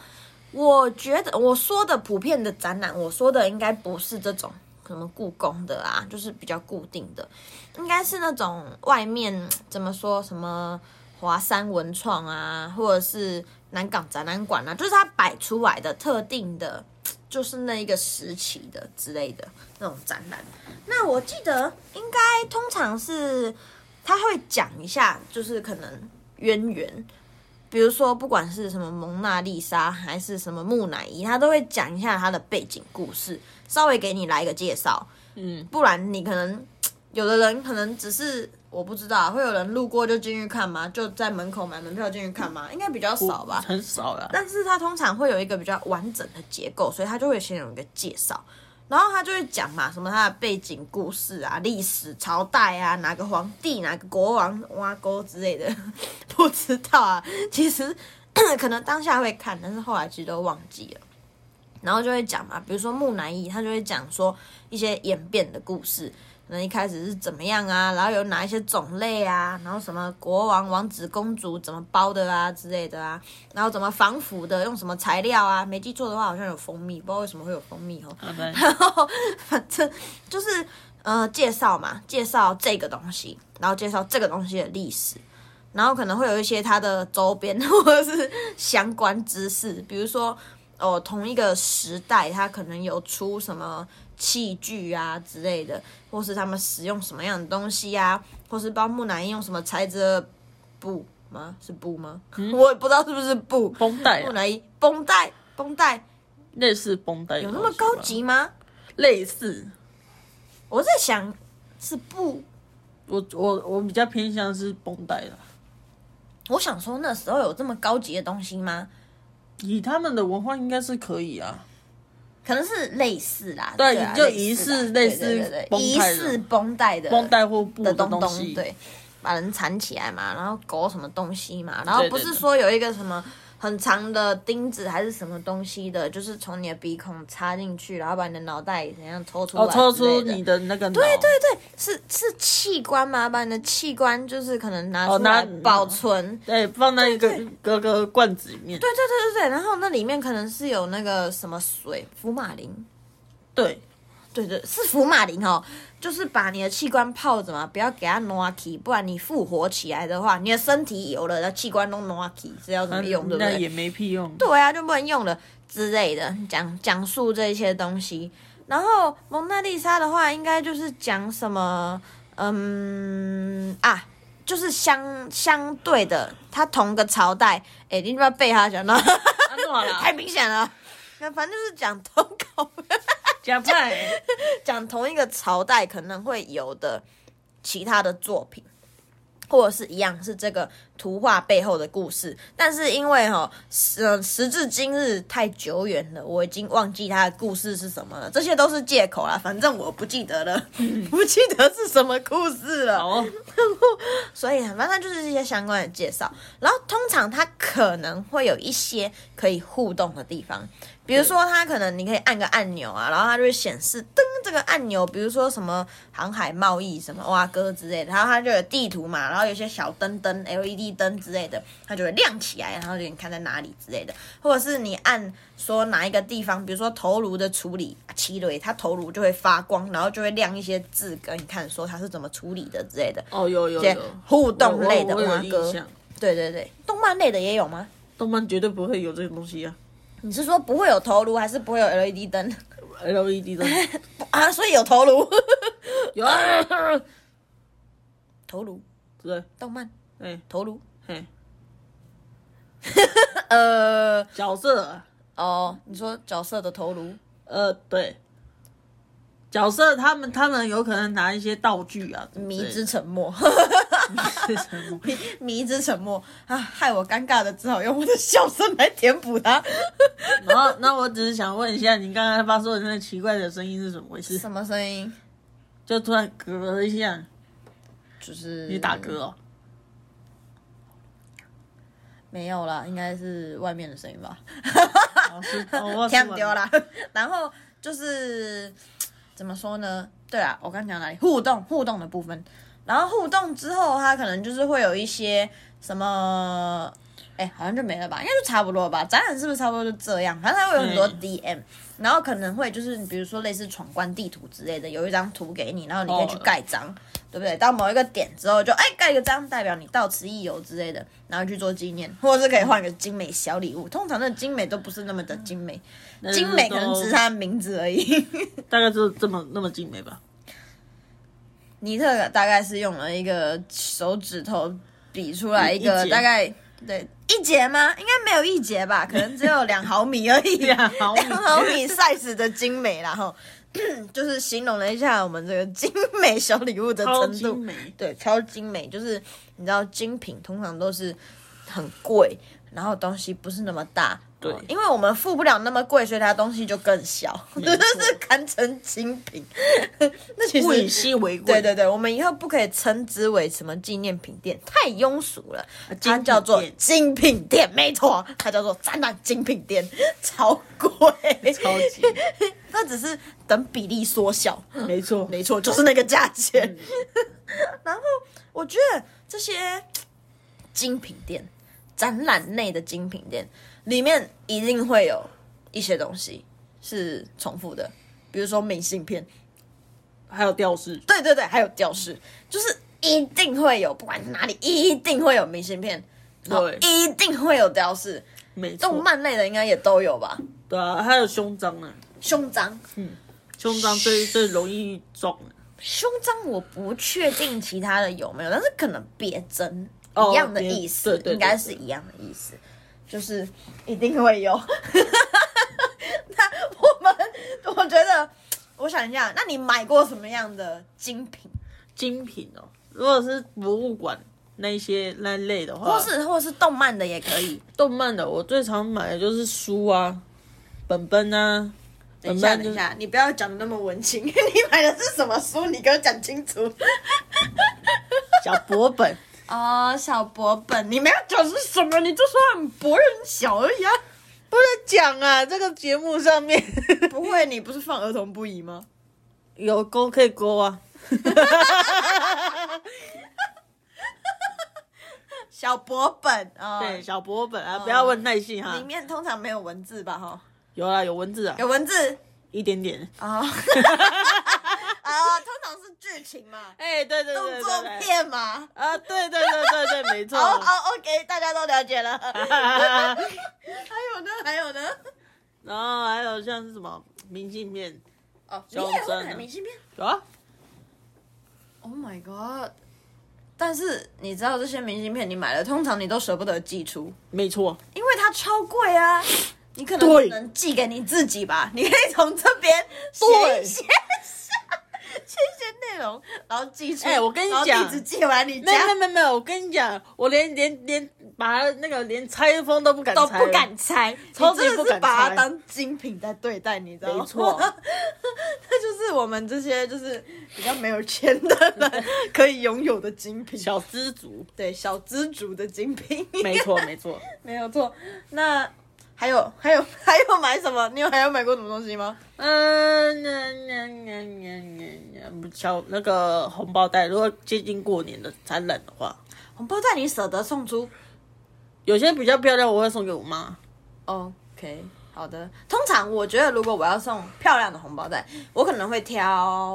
[SPEAKER 2] 我觉得我说的普遍的展览，我说的应该不是这种什么故宫的啊，就是比较固定的，应该是那种外面怎么说什么华山文创啊，或者是南港展览馆啊，就是它摆出来的特定的，就是那一个时期的之类的那种展览。那我记得应该通常是他会讲一下，就是可能渊源，比如说不管是什么蒙娜丽莎还是什么木乃伊，他都会讲一下它的背景故事，稍微给你来一个介绍。
[SPEAKER 1] 嗯，
[SPEAKER 2] 不然你可能有的人可能只是我不知道啊，会有人路过就进去看吗？就在门口买门票进去看吗？应该比较少吧。
[SPEAKER 1] 很少啊啦。
[SPEAKER 2] 但是它通常会有一个比较完整的结构，所以它就会先有一个介绍，然后他就会讲嘛，什么它的背景故事啊、历史朝代啊、哪个皇帝、哪个国王挖沟之类的， 不知道啊。其实可能当下会看，但是后来其实都忘记了。然后就会讲嘛，比如说木乃伊，他就会讲说一些演变的故事，可能一开始是怎么样啊，然后有哪一些种类啊，然后什么国王、王子、公主怎么包的啊之类的啊，然后怎么防腐的，用什么材料啊，没记错的话好像有蜂蜜，不知道为什么会有蜂蜜哦。
[SPEAKER 1] 好的，
[SPEAKER 2] 然后反正就是呃介绍嘛，介绍这个东西，然后介绍这个东西的历史，然后可能会有一些它的周边或者是相关知识，比如说哦同一个时代它可能有出什么。器具啊之类的，或是他们使用什么样的东西啊，或是包木乃伊用什么材质的布吗？是布吗？我也不知道是不是布。
[SPEAKER 1] 绷带
[SPEAKER 2] 木
[SPEAKER 1] 啊，
[SPEAKER 2] 乃伊绷带，绷带
[SPEAKER 1] 类似绷带，有
[SPEAKER 2] 有那么高？级吗？
[SPEAKER 1] 类似，
[SPEAKER 2] 我在想是布，
[SPEAKER 1] 我我我比较偏向是绷带啦。
[SPEAKER 2] 我想说那时候有这么高级的东西吗？
[SPEAKER 1] 以他们的文化应该是可以啊，
[SPEAKER 2] 可能是类似啦，
[SPEAKER 1] 对
[SPEAKER 2] 啊
[SPEAKER 1] 就
[SPEAKER 2] 类似啦
[SPEAKER 1] 疑似类似
[SPEAKER 2] 对对对对
[SPEAKER 1] 绷
[SPEAKER 2] 疑
[SPEAKER 1] 带的
[SPEAKER 2] 似绷带的
[SPEAKER 1] 绷带或布
[SPEAKER 2] 的东
[SPEAKER 1] 东
[SPEAKER 2] 东，
[SPEAKER 1] 西，
[SPEAKER 2] 对，把人缠起来嘛，然后勾什么东西嘛，然后
[SPEAKER 1] 对对
[SPEAKER 2] 不是说有一个什么很长的钉子还是什么东西的，就是从你的鼻孔插进去，然后把你的脑袋怎样抽出来
[SPEAKER 1] 哦，
[SPEAKER 2] 之类的，
[SPEAKER 1] 抽出你的那个脑，对
[SPEAKER 2] 对对，是是器官吗？把你的器官就是可能拿
[SPEAKER 1] 哦
[SPEAKER 2] 出来
[SPEAKER 1] 拿
[SPEAKER 2] 保存，
[SPEAKER 1] 对，放在一个
[SPEAKER 2] 对
[SPEAKER 1] 个个罐子里面，
[SPEAKER 2] 对对对对对，然后那里面可能是有那个什么水，福马林，
[SPEAKER 1] 对
[SPEAKER 2] 对对，是福马林哦，就是把你的器官泡着嘛，不要给它挪起，不然你复活起来的话，你的身体有了，那器官都挪起，是要怎么用，对不
[SPEAKER 1] 那
[SPEAKER 2] 对？
[SPEAKER 1] 也没屁用，
[SPEAKER 2] 对啊，就不能用了之类的，讲讲述这些东西。然后蒙娜丽莎的话，应该就是讲什么，嗯啊，就是相相对的，它同个朝代，哎，你不要背他讲到。
[SPEAKER 1] 安诺
[SPEAKER 2] 太
[SPEAKER 1] 啊啦，
[SPEAKER 2] 明显了。那反正就是讲同口，
[SPEAKER 1] 假 派，
[SPEAKER 2] 讲同一个朝代可能会有的其他的作品，或者是一样是这个图画背后的故事。但是因为哈、时呃，时至今日太久远了，我已经忘记它的故事是什么了。这些都是借口啦，反正我不记得了， 不记得是什么故事了。
[SPEAKER 1] 好，哦
[SPEAKER 2] 所以反正就是一些相关的介绍。然后通常它可能会有一些可以互动的地方，比如说它可能你可以按个按钮啊，然后它就会显示噔这个按钮，比如说什么航海贸易、什么蛙哥之类的，然后它就有地图嘛，然后有些小灯灯、LED 灯之类的，它就会亮起来，然后就你看在哪里之类的，或者是你按说哪一个地方，比如说头颅的处理，奇雷它头颅就会发光，然后就会亮一些字跟你看说它是怎么处理的之类的。
[SPEAKER 1] 哦有有
[SPEAKER 2] 些
[SPEAKER 1] 有，
[SPEAKER 2] 互动类的
[SPEAKER 1] 我我我
[SPEAKER 2] 蛙
[SPEAKER 1] 有印
[SPEAKER 2] 哥。
[SPEAKER 1] 象
[SPEAKER 2] 对对对，动漫类的也有吗？
[SPEAKER 1] 动漫绝对不会有这个东西啊
[SPEAKER 2] 你是说不会有头颅，还是不会有 LED 灯
[SPEAKER 1] ，LED E 的
[SPEAKER 2] 啊？所以有头颅，
[SPEAKER 1] 有啊，
[SPEAKER 2] 头颅
[SPEAKER 1] 对，
[SPEAKER 2] 动漫
[SPEAKER 1] 哎
[SPEAKER 2] 头颅，
[SPEAKER 1] 嘿，
[SPEAKER 2] 呃
[SPEAKER 1] 角色，
[SPEAKER 2] 哦，你说角色的头颅，
[SPEAKER 1] 呃对。角色他们他们有可能拿一些道具啊，什么
[SPEAKER 2] 迷
[SPEAKER 1] 类
[SPEAKER 2] 之
[SPEAKER 1] 的
[SPEAKER 2] 沉默，
[SPEAKER 1] 迷之沉默，
[SPEAKER 2] 迷之沉默啊，害我尴尬的只好用我的笑声来填补它。
[SPEAKER 1] 然后，那我只是想问一下，你刚刚发出的那个奇怪的声音是怎么回事？
[SPEAKER 2] 什么声音？
[SPEAKER 1] 就突然咯了一下，
[SPEAKER 2] 就是
[SPEAKER 1] 你打嗝
[SPEAKER 2] 嗯
[SPEAKER 1] 哦？
[SPEAKER 2] 没有啦，应该是外面的声音吧。
[SPEAKER 1] 哦是哦我
[SPEAKER 2] 听丢啦。然后就是怎么说呢？对啊，我刚讲哪里？互动互动的部分。然后互动之后，它可能就是会有一些什么，哎，好像就没了吧，应该就差不多吧。展览是不是差不多就这样？反正它会有很多
[SPEAKER 1] 嗯
[SPEAKER 2] DM，、然后可能会就是比如说类似闯关地图之类的，有一张图给你，然后你可以去
[SPEAKER 1] 哦
[SPEAKER 2] 盖章，对不对？到某一个点之后就哎盖个章，代表你到此一游之类的，然后去做纪念，或者是可以换个精美小礼物。通常那精美都不是那么的精美，
[SPEAKER 1] 那就是
[SPEAKER 2] 精美可能
[SPEAKER 1] 嗯
[SPEAKER 2] 只是它的名字而已。
[SPEAKER 1] 都大概就这么那么精美吧。
[SPEAKER 2] 尼特大概是用了一个手指头比出来一
[SPEAKER 1] 一
[SPEAKER 2] 个
[SPEAKER 1] 节
[SPEAKER 2] 大概对，一节吗？应该没有一节吧，可能只有两毫米 而已。
[SPEAKER 1] 两毫米
[SPEAKER 2] 两毫米 size 的精美啦，哈，就是形容了一下我们这个精美小礼物的
[SPEAKER 1] 超
[SPEAKER 2] 程
[SPEAKER 1] 精
[SPEAKER 2] 度。
[SPEAKER 1] 美。
[SPEAKER 2] 对，超精美，就是你知道精品通常都是很贵，然后东西不是那么大。
[SPEAKER 1] 对
[SPEAKER 2] 哦因为我们付不了那么贵，所以它东西就更小，
[SPEAKER 1] 没
[SPEAKER 2] 就
[SPEAKER 1] 错
[SPEAKER 2] 是堪称精品。 那 其实
[SPEAKER 1] 物以稀为贵，
[SPEAKER 2] 对对对，我们以后不可以称之为什么纪念品店，太庸俗了。
[SPEAKER 1] 啊精
[SPEAKER 2] 它
[SPEAKER 1] 品
[SPEAKER 2] 叫做
[SPEAKER 1] 店
[SPEAKER 2] 精品店，没错，它叫做展览精品店，超贵，
[SPEAKER 1] 超级，
[SPEAKER 2] 那只是等比例缩小，
[SPEAKER 1] 没错，
[SPEAKER 2] 没错，就是那个价钱。
[SPEAKER 1] 嗯
[SPEAKER 2] 然后我觉得这些精品店、展览内的精品店里面一定会有一些东西是重复的，比如说明信片。
[SPEAKER 1] 还有吊饰，
[SPEAKER 2] 对对对，还有吊饰，就是一定会有，不管是哪里，一定会有明信片，然后
[SPEAKER 1] 对
[SPEAKER 2] 一定会有吊饰。
[SPEAKER 1] 没
[SPEAKER 2] 动
[SPEAKER 1] 错，
[SPEAKER 2] 漫类的应该也都有吧？
[SPEAKER 1] 对啊，还有胸章呢，
[SPEAKER 2] 胸章，
[SPEAKER 1] 胸章最最容易啊中了，
[SPEAKER 2] 胸章我不确定其他的有没有，但是可能别针、
[SPEAKER 1] 哦
[SPEAKER 2] 一样的意思，
[SPEAKER 1] 别对对对
[SPEAKER 2] 应该是一样的意思，就是一定会有。 那我们，我觉得，我想一下，那你买过什么样的精品？
[SPEAKER 1] 精品哦。如果是博物馆那些那类的话，
[SPEAKER 2] 或是或是动漫的也可以。
[SPEAKER 1] 动漫的，我最常买的就是书啊，本本啊，
[SPEAKER 2] 等
[SPEAKER 1] 本
[SPEAKER 2] 一下，
[SPEAKER 1] 本
[SPEAKER 2] 等
[SPEAKER 1] 就
[SPEAKER 2] 一下，你不要讲的那么文青。你 买的是什么书？你给我讲清楚。
[SPEAKER 1] 小薄本，
[SPEAKER 2] 哦，小薄本，你没有讲是什么，你就说很薄很小而已啊。
[SPEAKER 1] 不能讲啊，这个节目上面
[SPEAKER 2] 不会，你不是放儿童不宜吗？
[SPEAKER 1] 有勾可以勾啊，
[SPEAKER 2] 小薄本啊，
[SPEAKER 1] 对，小薄本啊，不要问耐性哈
[SPEAKER 2] 里，面通常没有文字吧？哈，
[SPEAKER 1] 有啊，有文字啊，
[SPEAKER 2] 有文字
[SPEAKER 1] 一点点，
[SPEAKER 2] 啊啊，通常是剧情嘛，
[SPEAKER 1] 哎，对对对
[SPEAKER 2] 动
[SPEAKER 1] 对
[SPEAKER 2] 作
[SPEAKER 1] 对，
[SPEAKER 2] 片嘛。
[SPEAKER 1] 啊，对对对对对，没错
[SPEAKER 2] 哦，哦，OK，大家都了解 了。还 有呢，还有呢。
[SPEAKER 1] 然后还有像是什么明信片，
[SPEAKER 2] 哦，你
[SPEAKER 1] 小
[SPEAKER 2] 也会
[SPEAKER 1] 镇
[SPEAKER 2] 买
[SPEAKER 1] 啊
[SPEAKER 2] 明信片？
[SPEAKER 1] 有啊，
[SPEAKER 2] Oh my god！但是你知道这些明信片你买了，通常你都舍不得寄出，
[SPEAKER 1] 没错，
[SPEAKER 2] 因为它超贵啊。你可能
[SPEAKER 1] 对
[SPEAKER 2] 只能寄给你自己吧，你可以从这边写
[SPEAKER 1] 对
[SPEAKER 2] 一些写一些内容，然后寄出。
[SPEAKER 1] 哎我跟你
[SPEAKER 2] 然后
[SPEAKER 1] 讲
[SPEAKER 2] 地址寄完你
[SPEAKER 1] 没
[SPEAKER 2] 家
[SPEAKER 1] 有没有没有，我跟你讲，我连连连把它那个连拆封都不敢
[SPEAKER 2] 都
[SPEAKER 1] 拆，
[SPEAKER 2] 不敢拆，
[SPEAKER 1] 超
[SPEAKER 2] 你
[SPEAKER 1] 级
[SPEAKER 2] 真的
[SPEAKER 1] 不
[SPEAKER 2] 是
[SPEAKER 1] 敢
[SPEAKER 2] 把它
[SPEAKER 1] 拆
[SPEAKER 2] 当精品在对待，你知道吗？
[SPEAKER 1] 没错
[SPEAKER 2] 这就是我们这些就是比较没有钱的人可以拥有的精品，
[SPEAKER 1] 小知足，
[SPEAKER 2] 对小资族的精品。
[SPEAKER 1] 没错没错。
[SPEAKER 2] 没有错。那还有 还有还有买什么？你有还有买过什么东西吗？
[SPEAKER 1] 嗯，那那那那那那小那个红包袋，如果接近过年的展览的话，
[SPEAKER 2] 红包袋你舍得送出
[SPEAKER 1] 有些比较漂亮，我会送给我妈。
[SPEAKER 2] ？OK，好的。通常我觉得，如果我要送漂亮的红包袋，我可能会挑，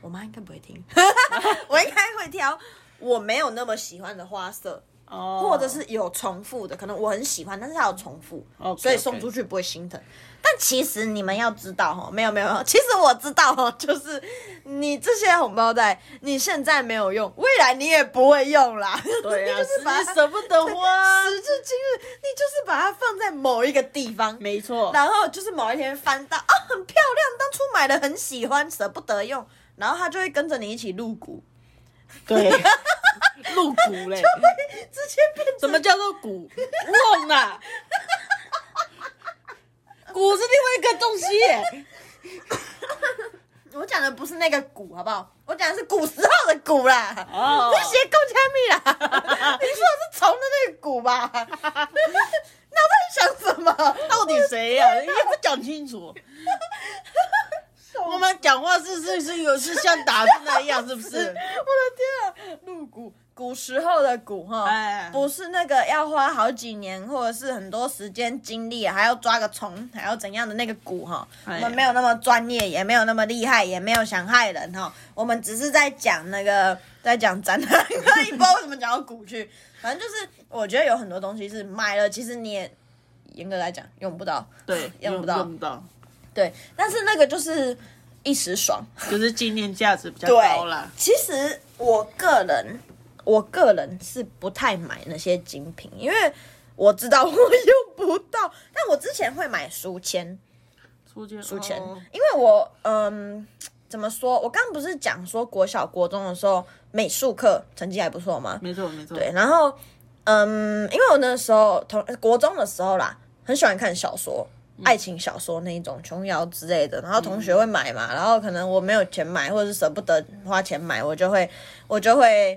[SPEAKER 2] 我妈应该不会听， 我应该会挑我没有那么喜欢的花色。
[SPEAKER 1] 哦
[SPEAKER 2] 或者是有重复的，可能我很喜欢，但是它有重复
[SPEAKER 1] 嗯 OK，
[SPEAKER 2] 所以送
[SPEAKER 1] OK
[SPEAKER 2] 出去不会心疼。但其实你们要知道哦，没有没有，没有其实我知道哦，就是你这些红包袋，你现在没有用，未来你也不会用啦。
[SPEAKER 1] 对啊，
[SPEAKER 2] 你就是把
[SPEAKER 1] 是
[SPEAKER 2] 它
[SPEAKER 1] 舍不得花，
[SPEAKER 2] 时至今日，你就是把它放在某一个地方，
[SPEAKER 1] 没错，
[SPEAKER 2] 然后就是某一天翻到啊，很漂亮，当初买的很喜欢，舍不得用，然后它就会跟着你一起入股，
[SPEAKER 1] 对，露骨嘞，
[SPEAKER 2] 直接变成
[SPEAKER 1] 什么叫做骨？忘 了，骨是另外一个东西耶，
[SPEAKER 2] 我讲的不是那个古，好不好？我讲的是古时候的古啦。
[SPEAKER 1] 哦
[SPEAKER 2] 这些够加密啦。 你说的是虫的那个古吧？ 脑袋里想什么？
[SPEAKER 1] 到底谁呀、你也不讲清 楚。我们讲话是是是有是像打字那样，是不
[SPEAKER 2] 我的
[SPEAKER 1] 是？
[SPEAKER 2] 天啊，入古。古时候的古哈，
[SPEAKER 1] 哎
[SPEAKER 2] 不是那个要花好几年或者是很多时间精力，还要抓个虫，还要怎样的那个古哈。
[SPEAKER 1] 哎
[SPEAKER 2] 我们没有那么专业，也没有那么厉害，也没有想害人哈。我们只是在讲那个，在讲展览， 不知道为什么讲到古去。反正就是，我觉得有很多东西是买了，其实你也严格来讲用不到，
[SPEAKER 1] 对，
[SPEAKER 2] 用不到
[SPEAKER 1] 用不到，
[SPEAKER 2] 对。但是那个就是一时爽，
[SPEAKER 1] 就是纪念价值比较
[SPEAKER 2] 对
[SPEAKER 1] 高啦。
[SPEAKER 2] 其实我个人，我个人是不太买那些精品，因为我知道我用不到。但我之前会买书签，
[SPEAKER 1] 出钱
[SPEAKER 2] 书签，
[SPEAKER 1] 哦
[SPEAKER 2] 因为我嗯，怎么说？我刚刚不是讲说国小国中的时候美术课成绩还不错吗？
[SPEAKER 1] 没错没错，
[SPEAKER 2] 对，然后嗯，因为我那时候同国中的时候啦，很喜欢看小说。爱情小说那一种琼瑶之类的，然后同学会买嘛，然后可能我没有钱买，或者是舍不得花钱买，我就会我就会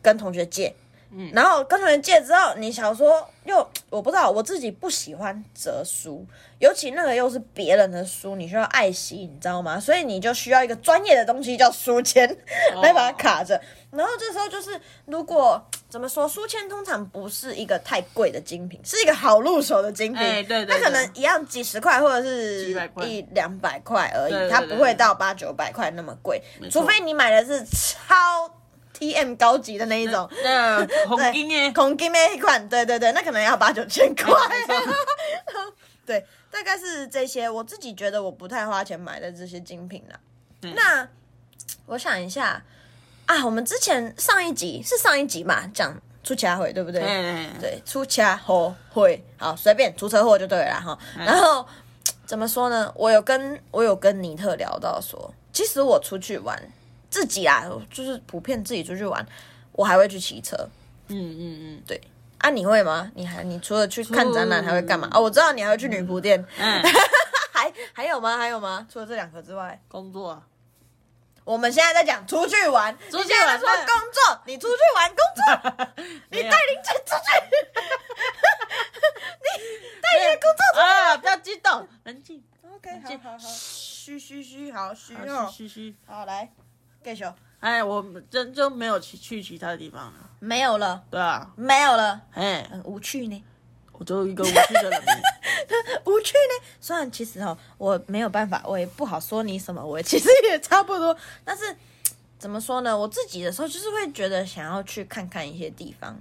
[SPEAKER 2] 跟同学借，嗯，然后跟同学借之后，你小说又我不知道我自己不喜欢折书，尤其那个又是别人的书，你需要爱惜，你知道吗？所以你就需要一个专业的东西叫书签，
[SPEAKER 1] 哦
[SPEAKER 2] 来把它卡着。然后这时候就是，如果怎么说，书签通常不是一个太贵的精品，是一个好入手的精品。
[SPEAKER 1] 哎对对
[SPEAKER 2] 它
[SPEAKER 1] 对
[SPEAKER 2] 可能一样几十块或者是
[SPEAKER 1] 几百块
[SPEAKER 2] 一两百块而已，
[SPEAKER 1] 对对
[SPEAKER 2] 它
[SPEAKER 1] 对
[SPEAKER 2] 不
[SPEAKER 1] 对
[SPEAKER 2] 会到八九百块那么贵，
[SPEAKER 1] 错
[SPEAKER 2] 除非你买的是超 TM 高级的那一种。
[SPEAKER 1] 那红金耶，
[SPEAKER 2] 孔金那一款，对对对，那可能要八九千块。
[SPEAKER 1] 没错
[SPEAKER 2] 对，大概是这些。我自己觉得我不太花钱买的这些精品啦。
[SPEAKER 1] 嗯
[SPEAKER 2] 那我想一下啊，我们之前上一集是上一集嘛，讲出家会对不对？
[SPEAKER 1] 哎，
[SPEAKER 2] 对，出车祸会好随便出车祸就对了啦哈。
[SPEAKER 1] 嗯
[SPEAKER 2] 然后怎么说呢？我有跟我有跟尼特聊到说，其实我出去玩自己啊，就是普遍自己出去玩，我还会去骑车。
[SPEAKER 1] 嗯嗯嗯，
[SPEAKER 2] 对啊，你会吗？你还你除了去看展览还会干嘛？哦，我知道你还会去女仆店。
[SPEAKER 1] 哎，
[SPEAKER 2] 还还有吗？还有吗？除了这两个之外，
[SPEAKER 1] 工作 啊，
[SPEAKER 2] 我们现在在讲出去玩，
[SPEAKER 1] 出去玩嗯
[SPEAKER 2] 你现在在说工作，你出去玩工作， 你
[SPEAKER 1] 没有
[SPEAKER 2] 带领姐出去， 你带领工作
[SPEAKER 1] 啊，不要激动，冷静，啊
[SPEAKER 2] ，OK，
[SPEAKER 1] 这
[SPEAKER 2] 好好好，嘘嘘嘘，好嘘
[SPEAKER 1] 啊
[SPEAKER 2] 哦，
[SPEAKER 1] 嘘嘘嘘，
[SPEAKER 2] 好来，继续，
[SPEAKER 1] 哎，我真就没有去去其他地方了，
[SPEAKER 2] 没有了，
[SPEAKER 1] 对啊，
[SPEAKER 2] 没有了，
[SPEAKER 1] 哎，
[SPEAKER 2] 很无趣呢。
[SPEAKER 1] 我就一个无趣的人，
[SPEAKER 2] 无趣呢？虽然其实哦，我没有办法，我也不好说你什么，我其实也差不多。 但是怎么说呢？我自己的时候就是会觉得想要去看看一些地方。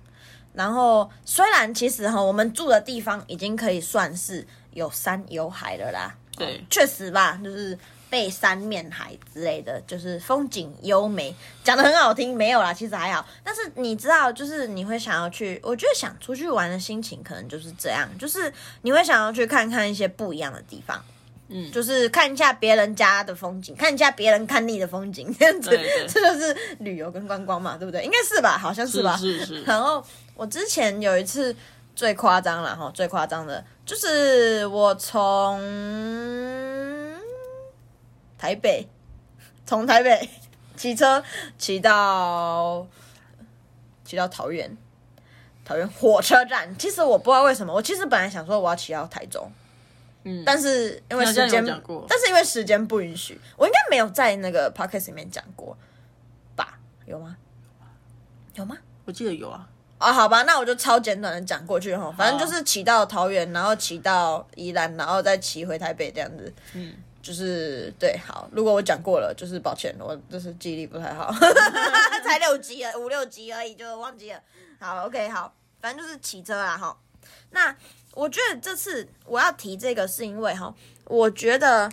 [SPEAKER 2] 然后虽然其实哦哈、我们住的地方已经可以算是有山有海了啦，
[SPEAKER 1] 对
[SPEAKER 2] 确实吧，就是背山面海之类的，就是风景优美，讲的很好听，没有啦，其实还好。但是你知道，就是你会想要去，我觉得想出去玩的心情可能就是这样，就是你会想要去看看一些不一样的地方。
[SPEAKER 1] 嗯
[SPEAKER 2] 就是看一下别人家的风景，看一下别人看你的风景，这样子，
[SPEAKER 1] 对对
[SPEAKER 2] 这就是旅游跟观光嘛，对不对？应该是吧，好像是吧。
[SPEAKER 1] 是是是，
[SPEAKER 2] 然后我之前有一次最夸张了哈，最夸张的就是我从台北，从台北 骑车骑到骑到桃园，桃园火车站。其实我不知道为什么，我其实本来想说我要骑到台中。
[SPEAKER 1] 嗯
[SPEAKER 2] 但是因为
[SPEAKER 1] 你好像
[SPEAKER 2] 时
[SPEAKER 1] 有
[SPEAKER 2] 间
[SPEAKER 1] 讲过，
[SPEAKER 2] 但是因为时间不允许，我应该没有在那个 podcast 里面讲过吧？有吗？有吗？
[SPEAKER 1] 我记得有啊，
[SPEAKER 2] 啊，好吧，那我就超简短的讲过去哈，反正就是骑到桃园，然后骑到宜兰，然后再骑回台北这样子。
[SPEAKER 1] 嗯，
[SPEAKER 2] 就是对，好，如果我讲过了，就是抱歉，我就是记忆力不太好，才六集而五六集而已，就忘记了。好，OK，好，反正就是骑车啦哈。那我觉得这次我要提这个是因为哈，我觉得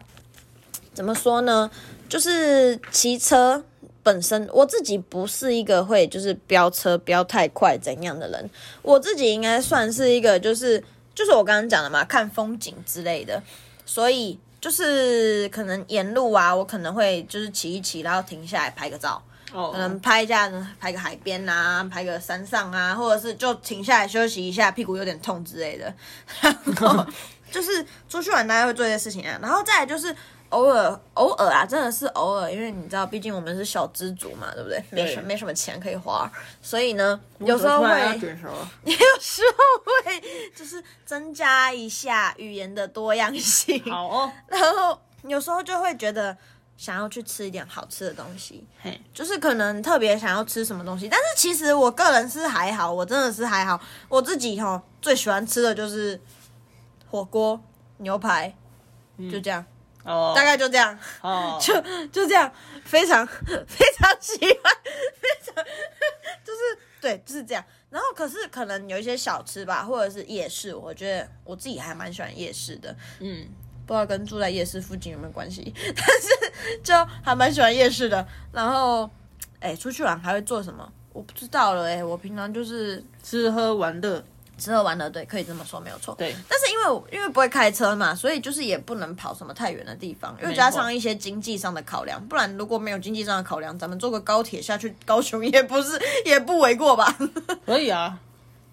[SPEAKER 2] 怎么说呢，就是骑车本身我自己不是一个会就是飙车飙太快怎样的人，我自己应该算是一个就是就是我刚刚讲的嘛，看风景之类的，所以就是可能沿路啊，我可能会就是骑一骑，然后停下来拍个照，
[SPEAKER 1] 哦，
[SPEAKER 2] 可能嗯拍一下拍个海边啊，拍个山上啊，或者是就停下来休息一下，屁股有点痛之类的， 然后就是出去玩大家会做一些事情啊，然后再来就是。偶尔偶尔啊，真的是偶尔，因为你知道，毕竟我们是小资族嘛，对不对？没什
[SPEAKER 1] 对
[SPEAKER 2] 没什么钱可以花，所以呢，有时候
[SPEAKER 1] 突
[SPEAKER 2] 会
[SPEAKER 1] 然要卷舌了，
[SPEAKER 2] 也 有时候会就是增加一下语言的多样性，
[SPEAKER 1] 好哦，
[SPEAKER 2] 然后有时候就会觉得想要去吃一点好吃的东西，
[SPEAKER 1] 嘿，
[SPEAKER 2] 就是可能特别想要吃什么东西，但是其实我个人是还好，我真的是还好，我自己吼最喜欢吃的就是火锅、牛排，就这样，
[SPEAKER 1] 哦，
[SPEAKER 2] 大概就这样。
[SPEAKER 1] 哦，
[SPEAKER 2] 就就这样，非常非常喜欢，非常就是对，就是这样。然后可是可能有一些小吃吧，或者是夜市，我觉得我自己还蛮喜欢夜市的，
[SPEAKER 1] 嗯，
[SPEAKER 2] 不知道跟住在夜市附近有没有关系， 但是就还蛮喜欢夜市的。然后，哎，出去玩还会做什么？我不知道了哎、我平常就是
[SPEAKER 1] 吃喝玩乐，
[SPEAKER 2] 吃喝玩乐，对，可以这么说，没有错。
[SPEAKER 1] 对
[SPEAKER 2] 但是因为我因为不会开车嘛，所以就是也不能跑什么太远的地方，又加上一些经济上的考量，不然如果没有经济上的考量，咱们坐个高铁下去 高雄也不是 也不为过吧？
[SPEAKER 1] 可以啊。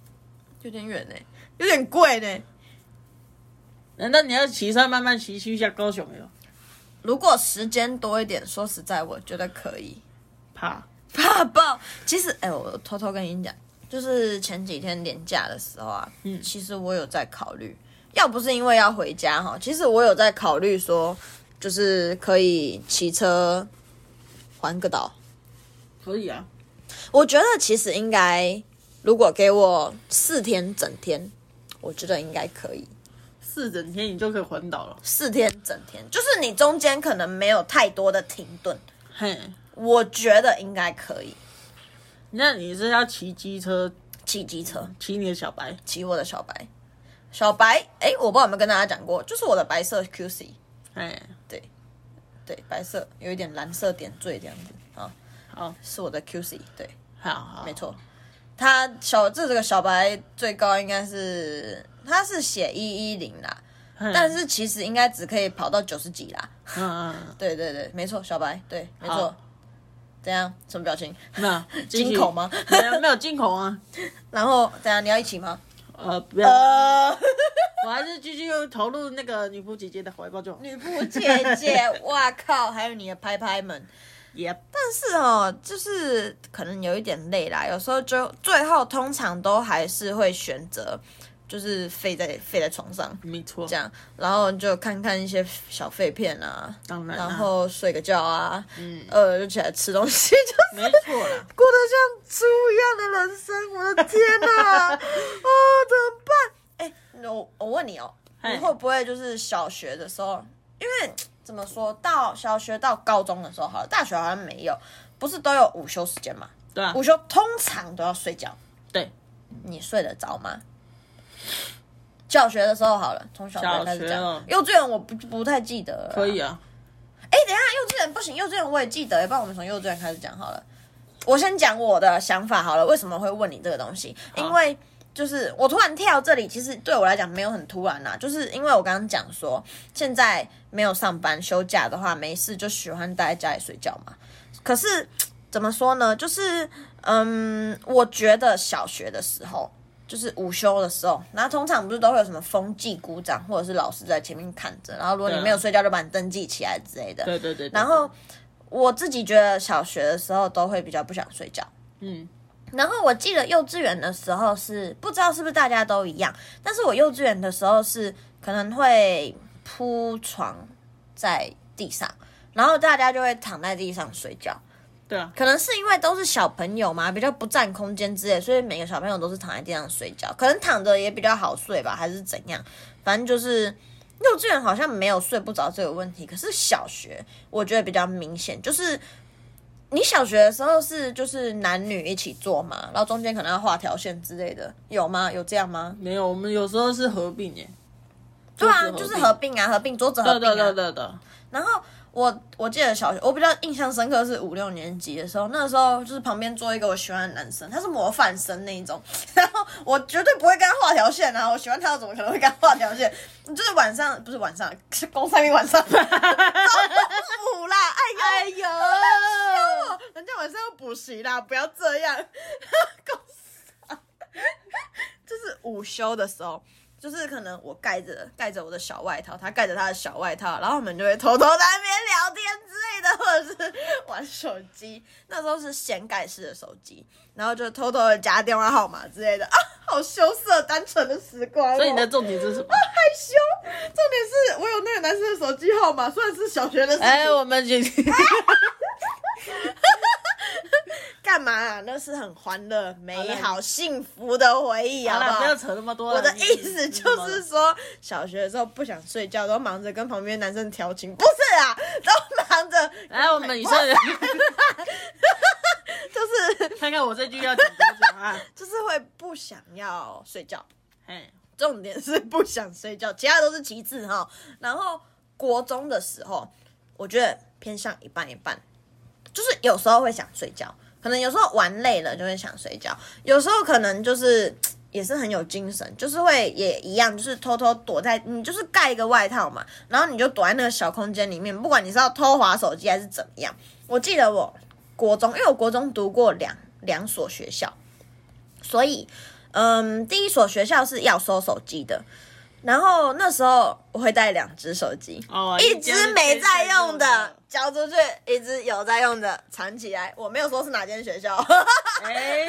[SPEAKER 2] 有点远呢、有点贵呢、
[SPEAKER 1] 难道你要骑车慢慢骑去一下高雄哟？
[SPEAKER 2] 如果时间多一点，说实在，我觉得可以。
[SPEAKER 1] 怕
[SPEAKER 2] 怕爆！其实，哎、我偷偷跟你讲，就是前几天年假的时候啊，嗯，其实我有在考虑，要不是因为要回家哈，其实我有在考虑说，就是可以骑车环个岛。
[SPEAKER 1] 可以啊，
[SPEAKER 2] 我觉得其实应该，如果给我四天整天，我觉得应该可以。
[SPEAKER 1] 四整天你就可以环岛了。
[SPEAKER 2] 四天整天，就是你中间可能没有太多的停顿，
[SPEAKER 1] 嘿，
[SPEAKER 2] 我觉得应该可以
[SPEAKER 1] 那你是要骑机车
[SPEAKER 2] 骑机车。
[SPEAKER 1] 骑你的小白？
[SPEAKER 2] 骑我的小白，小白，哎、我不知道有没有跟大家讲过，就是我的白色 QC，
[SPEAKER 1] 嘿，
[SPEAKER 2] 对，白色有一点蓝色点缀这样子啊，
[SPEAKER 1] 好，
[SPEAKER 2] 是我的 QC，对，
[SPEAKER 1] 好好，
[SPEAKER 2] 没错，它小这这个小白最高应该是它是写一一零啦，
[SPEAKER 1] 嘿。
[SPEAKER 2] 但是其实应该只可以跑到九十几啦，
[SPEAKER 1] 嗯，嗯
[SPEAKER 2] 对对对，没错，小白，对，没错
[SPEAKER 1] 好，
[SPEAKER 2] 怎样？什么表情？
[SPEAKER 1] 嗯， 那继续
[SPEAKER 2] 惊恐？吗？
[SPEAKER 1] 没有没有惊恐啊，
[SPEAKER 2] 然后怎样？你要一起吗？
[SPEAKER 1] 呃，不要，
[SPEAKER 2] 呃。
[SPEAKER 1] 我还是继续投入那个女仆姐姐的怀抱中。
[SPEAKER 2] 女仆姐姐，哇靠！还有你的拍拍们，
[SPEAKER 1] Yep，
[SPEAKER 2] 但是哦，就是可能有一点累啦。有时候就最后通常都还是会选择，就是废在废在床上
[SPEAKER 1] 没错
[SPEAKER 2] 这，样，然后就看看一些小废片啊，
[SPEAKER 1] 当然啊
[SPEAKER 2] 然后睡个觉啊，
[SPEAKER 1] 嗯，
[SPEAKER 2] 呃，就起来吃东西， 就
[SPEAKER 1] 没错啦。
[SPEAKER 2] 过得像猪一样的人生。我的天哪、啊，哦，怎么办？哎、我我问你哦，
[SPEAKER 1] 嗨
[SPEAKER 2] 你会不会就是小学的时候，因为怎么说到小学到高中的时候，好了，大学好像没有，不是都有午休时间嘛？
[SPEAKER 1] 对啊
[SPEAKER 2] 午，休通常都要睡觉，
[SPEAKER 1] 对，
[SPEAKER 2] 你睡得着吗？小学的时候好了，从小学开始
[SPEAKER 1] 小学
[SPEAKER 2] 讲，
[SPEAKER 1] 哦
[SPEAKER 2] 幼稚园我不不太记得了。
[SPEAKER 1] 可以啊，
[SPEAKER 2] 哎、等一下，幼稚园不行，幼稚园我也记得，不然我们从幼稚园开始讲好了。我先讲我的想法好了，为什么会问你这个东西？
[SPEAKER 1] 好
[SPEAKER 2] 因为就是我突然跳这里，其实对我来讲没有很突然啦、啊就是因为我刚刚讲说，现在没有上班休假的话，没事就喜欢待在家里睡觉嘛。可是怎么说呢？就是嗯，我觉得小学的时候。就是午休的时候，然后通常不是都会有什么风纪鼓掌，或者是老师在前面看着，然后如果你
[SPEAKER 1] 对啊
[SPEAKER 2] 没有睡觉，就把你登记起来之类的。
[SPEAKER 1] 对对对。对
[SPEAKER 2] 然后，我自己觉得小学的时候都会比较不想睡觉，
[SPEAKER 1] 嗯，
[SPEAKER 2] 然后我记得幼稚园的时候是不知道是不是大家都一样，但是我幼稚园的时候是可能会铺床在地上，然后大家就会躺在地上睡觉。
[SPEAKER 1] 对啊，
[SPEAKER 2] 可能是因为都是小朋友嘛，比较不占空间之类，所以每个小朋友都是躺在地上睡觉，可能躺着也比较好睡吧，还是怎样？反正就是幼稚园好像没有睡不着这个问题，可是小学我觉得比较明显，就是你小学的时候是就是男女一起做嘛，然后中间可能要画条线之类的，有吗？有这样吗？
[SPEAKER 1] 没有，我们有时候是合并耶。
[SPEAKER 2] 对啊，
[SPEAKER 1] 桌子
[SPEAKER 2] 就是合并啊，合并桌子
[SPEAKER 1] 对
[SPEAKER 2] 合并啊，
[SPEAKER 1] 对对对对，
[SPEAKER 2] 然后我我记得小学，我比较印象深刻是五六年级的时候，那时候就是旁边坐一个我喜欢的男生，他是模范生那一种， 然后我绝对不会跟他画条线啊，我喜欢他，我怎么可能会跟他画条线？就是晚上不是晚上，是公三明晚上，中 午啦，哎呦哎呦，人家晚上要补习啦，不要这样， 公三就是午休的时候。就是可能我盖着盖着我的小外套，他盖着他的小外套，然后我们就会偷偷在那边聊天之类的，或者是玩手机。那时候是掀盖式的手机，然后就偷偷的加电话号码之类的 啊，好羞涩单纯的时光哦、
[SPEAKER 1] 所以你 的重点是什么？
[SPEAKER 2] 羞，重点是我有那个男生的手机号码，虽然是小学的事情，
[SPEAKER 1] 哎，我们姐姐，
[SPEAKER 2] 干嘛、啊？那是很欢乐、美
[SPEAKER 1] 好
[SPEAKER 2] 好、幸福的回忆，好
[SPEAKER 1] 好
[SPEAKER 2] 不
[SPEAKER 1] 了，
[SPEAKER 2] 好？
[SPEAKER 1] 不要扯那么多了。啊
[SPEAKER 2] 我的意思就是说，小学的时候不想睡觉，都忙着跟旁边男生调情，不是啊，都忙着
[SPEAKER 1] 来，我们以上人
[SPEAKER 2] 就是
[SPEAKER 1] 看看我这句要讲多久 啊？
[SPEAKER 2] 就是会不想要睡觉，
[SPEAKER 1] 嘿，
[SPEAKER 2] 重点是不想睡觉，其他都是其次哈。然后国中的时候，我觉得偏向一半一半，就是有时候会想睡觉，可能有时候玩累了就会想睡觉，有时候可能就是也是很有精神，就是会也一样，就是偷偷躲在你就是盖一个外套嘛，然后你就躲在那个小空间里面，不管你是要偷滑手机还是怎么样。我记得我国中，因为我国中读过两两所学校，所以嗯，第一所学校是要收手机的。然后那时候我会带两只手机，
[SPEAKER 1] 哦，
[SPEAKER 2] 一只没在用的交出去，一只有在用的藏起来。我没有说是哪间学校，
[SPEAKER 1] 哎，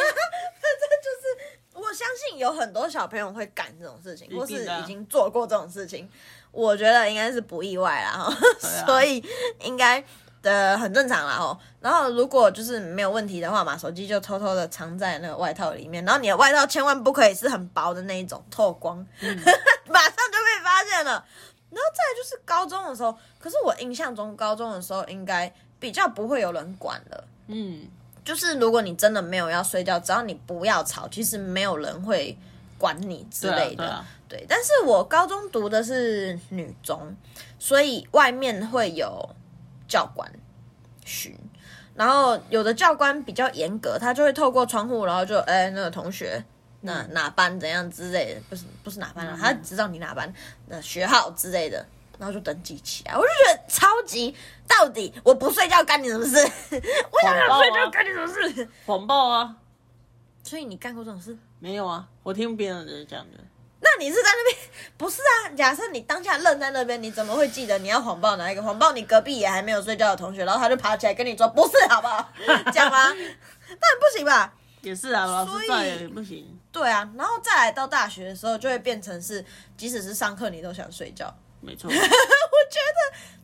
[SPEAKER 2] 我相信有很多小朋友会干这种事情，
[SPEAKER 1] 定的
[SPEAKER 2] 或是已经做过这种事情。我觉得应该是不意外啦，哈、
[SPEAKER 1] 啊
[SPEAKER 2] 所以应该呃很正常啦，哦。然后如果就是没有问题的话嘛，手机就偷偷的藏在那个外套里面，然后你的外套千万不可以是很薄的那一种，透光，
[SPEAKER 1] 嗯
[SPEAKER 2] 马上就被发现了。然后再来就是高中的时候，可是我印象中高中的时候应该比较不会有人管了。
[SPEAKER 1] 嗯，
[SPEAKER 2] 就是如果你真的没有要睡觉，只要你不要吵，其实没有人会管你之
[SPEAKER 1] 对啊
[SPEAKER 2] 类
[SPEAKER 1] 对
[SPEAKER 2] 的。
[SPEAKER 1] 啊，
[SPEAKER 2] 对，但是我高中读的是女中，所以外面会有教官巡，然后有的教官比较严格，他就会透过窗户，然后就哎、那个同学。那哪班怎样之类的，不是不是哪班啊，他知道你哪班，那学号之类的，然后就登记起来。我就觉得超级，到底我不睡觉干你什么事？ 我想
[SPEAKER 1] 谎报啊
[SPEAKER 2] 想睡觉干你什么事？
[SPEAKER 1] 谎报啊，
[SPEAKER 2] 所以你干过这种事？
[SPEAKER 1] 没有啊，我听别人在讲的，
[SPEAKER 2] 那你是在那边？不是啊，假设你当下愣在那边，你怎么会记得你要谎报哪一个？谎报你隔壁也还没有睡觉的同学，然后他就爬起来跟你说不是，好不好？讲吗？当然不行吧。
[SPEAKER 1] 也是啊，老
[SPEAKER 2] 所以
[SPEAKER 1] 师在也不行，
[SPEAKER 2] 对啊，然后再来到大学的时候，就会变成是，即使是上课你都想睡觉，
[SPEAKER 1] 没 错，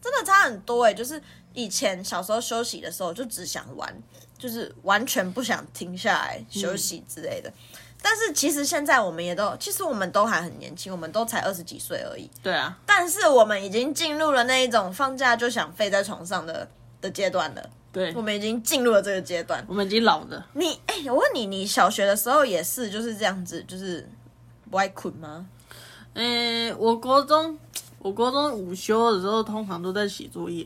[SPEAKER 2] 真的差很多哎、就是以前小时候休息的时候就只想玩，就是完全不想停下来休息之类的。但是其实现在我们也都，其实我们都还很年轻，我们都才二十几岁而已。
[SPEAKER 1] 对啊，
[SPEAKER 2] 但是我们已经进入了那一种放假就想废在床上的的阶段了。
[SPEAKER 1] 对
[SPEAKER 2] 我，们已经进入了这个阶段。
[SPEAKER 1] 我们已经老了，
[SPEAKER 2] 你哎、我问你，你小学的时候也是就是这样子，就是不爱困吗？
[SPEAKER 1] 嗯，我国中，我国中午休的时候通常都在写作业，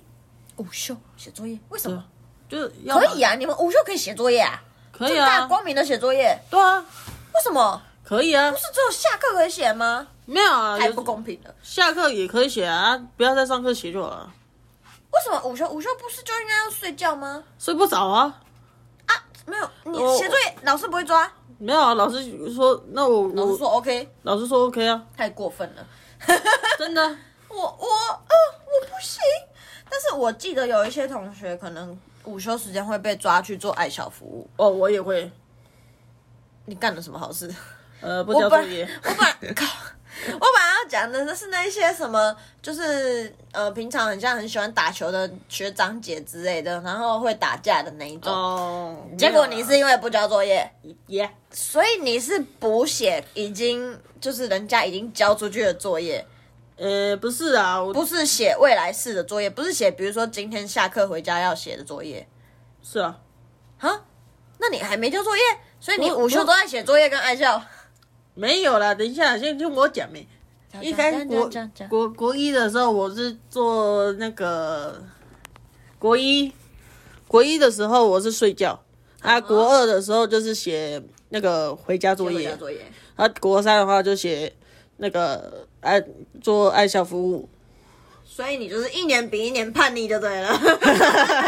[SPEAKER 2] 午休写作业，为什么？
[SPEAKER 1] 就要
[SPEAKER 2] 可以啊，你们午休可以写作业啊，
[SPEAKER 1] 可以
[SPEAKER 2] 正大
[SPEAKER 1] 啊，
[SPEAKER 2] 光明的写作业，
[SPEAKER 1] 对啊，
[SPEAKER 2] 为什么？
[SPEAKER 1] 可以 啊，
[SPEAKER 2] 不是只有下课可以写吗？
[SPEAKER 1] 没有啊，
[SPEAKER 2] 太
[SPEAKER 1] 有
[SPEAKER 2] 不公平了。
[SPEAKER 1] 下课也可以写啊，不要在上课写就好了，
[SPEAKER 2] 为什么午休午休不是就应该要睡觉吗？
[SPEAKER 1] 睡不着啊。
[SPEAKER 2] 啊，没有，你
[SPEAKER 1] 我
[SPEAKER 2] 写作业老师不会抓，
[SPEAKER 1] 没有啊，老师说，那我
[SPEAKER 2] 老师
[SPEAKER 1] 我
[SPEAKER 2] 说 OK，
[SPEAKER 1] 老师说 OK 啊，
[SPEAKER 2] 太过分了。
[SPEAKER 1] 真的啊，
[SPEAKER 2] 我我呃我不行，但是我记得有一些同学可能午休时间会被抓去做爱小服务。
[SPEAKER 1] 哦，我也会，
[SPEAKER 2] 你干了什么好事？
[SPEAKER 1] 呃，不
[SPEAKER 2] 我
[SPEAKER 1] 交作
[SPEAKER 2] 本
[SPEAKER 1] 业，
[SPEAKER 2] 我本来靠，我本来要讲的是那一些什么，就是呃平常很像很喜欢打球的学长姐之类的，然后会打架的那一种。
[SPEAKER 1] 哦，
[SPEAKER 2] 结果你是因为不交作业，
[SPEAKER 1] 耶
[SPEAKER 2] 所以你是补写已经就是人家已经交出去的作业，
[SPEAKER 1] 呃，不是啊，我
[SPEAKER 2] 不是写未来式的作业，不是写比如说今天下课回家要写的作业。
[SPEAKER 1] 是啊，
[SPEAKER 2] 啊，那你还没交作业，所以你
[SPEAKER 1] 我我
[SPEAKER 2] 午休都在写作业跟爱 笑。
[SPEAKER 1] 没有啦，等一下先听我讲没。一开始国国国一的时候，我是做那个国一国一的时候我是睡觉啊，国二的时候就是写那个回家作业，
[SPEAKER 2] 作业，
[SPEAKER 1] 啊，国三的话就写那个爱做爱校服务，
[SPEAKER 2] 所以你就是一年比一年叛逆就对了。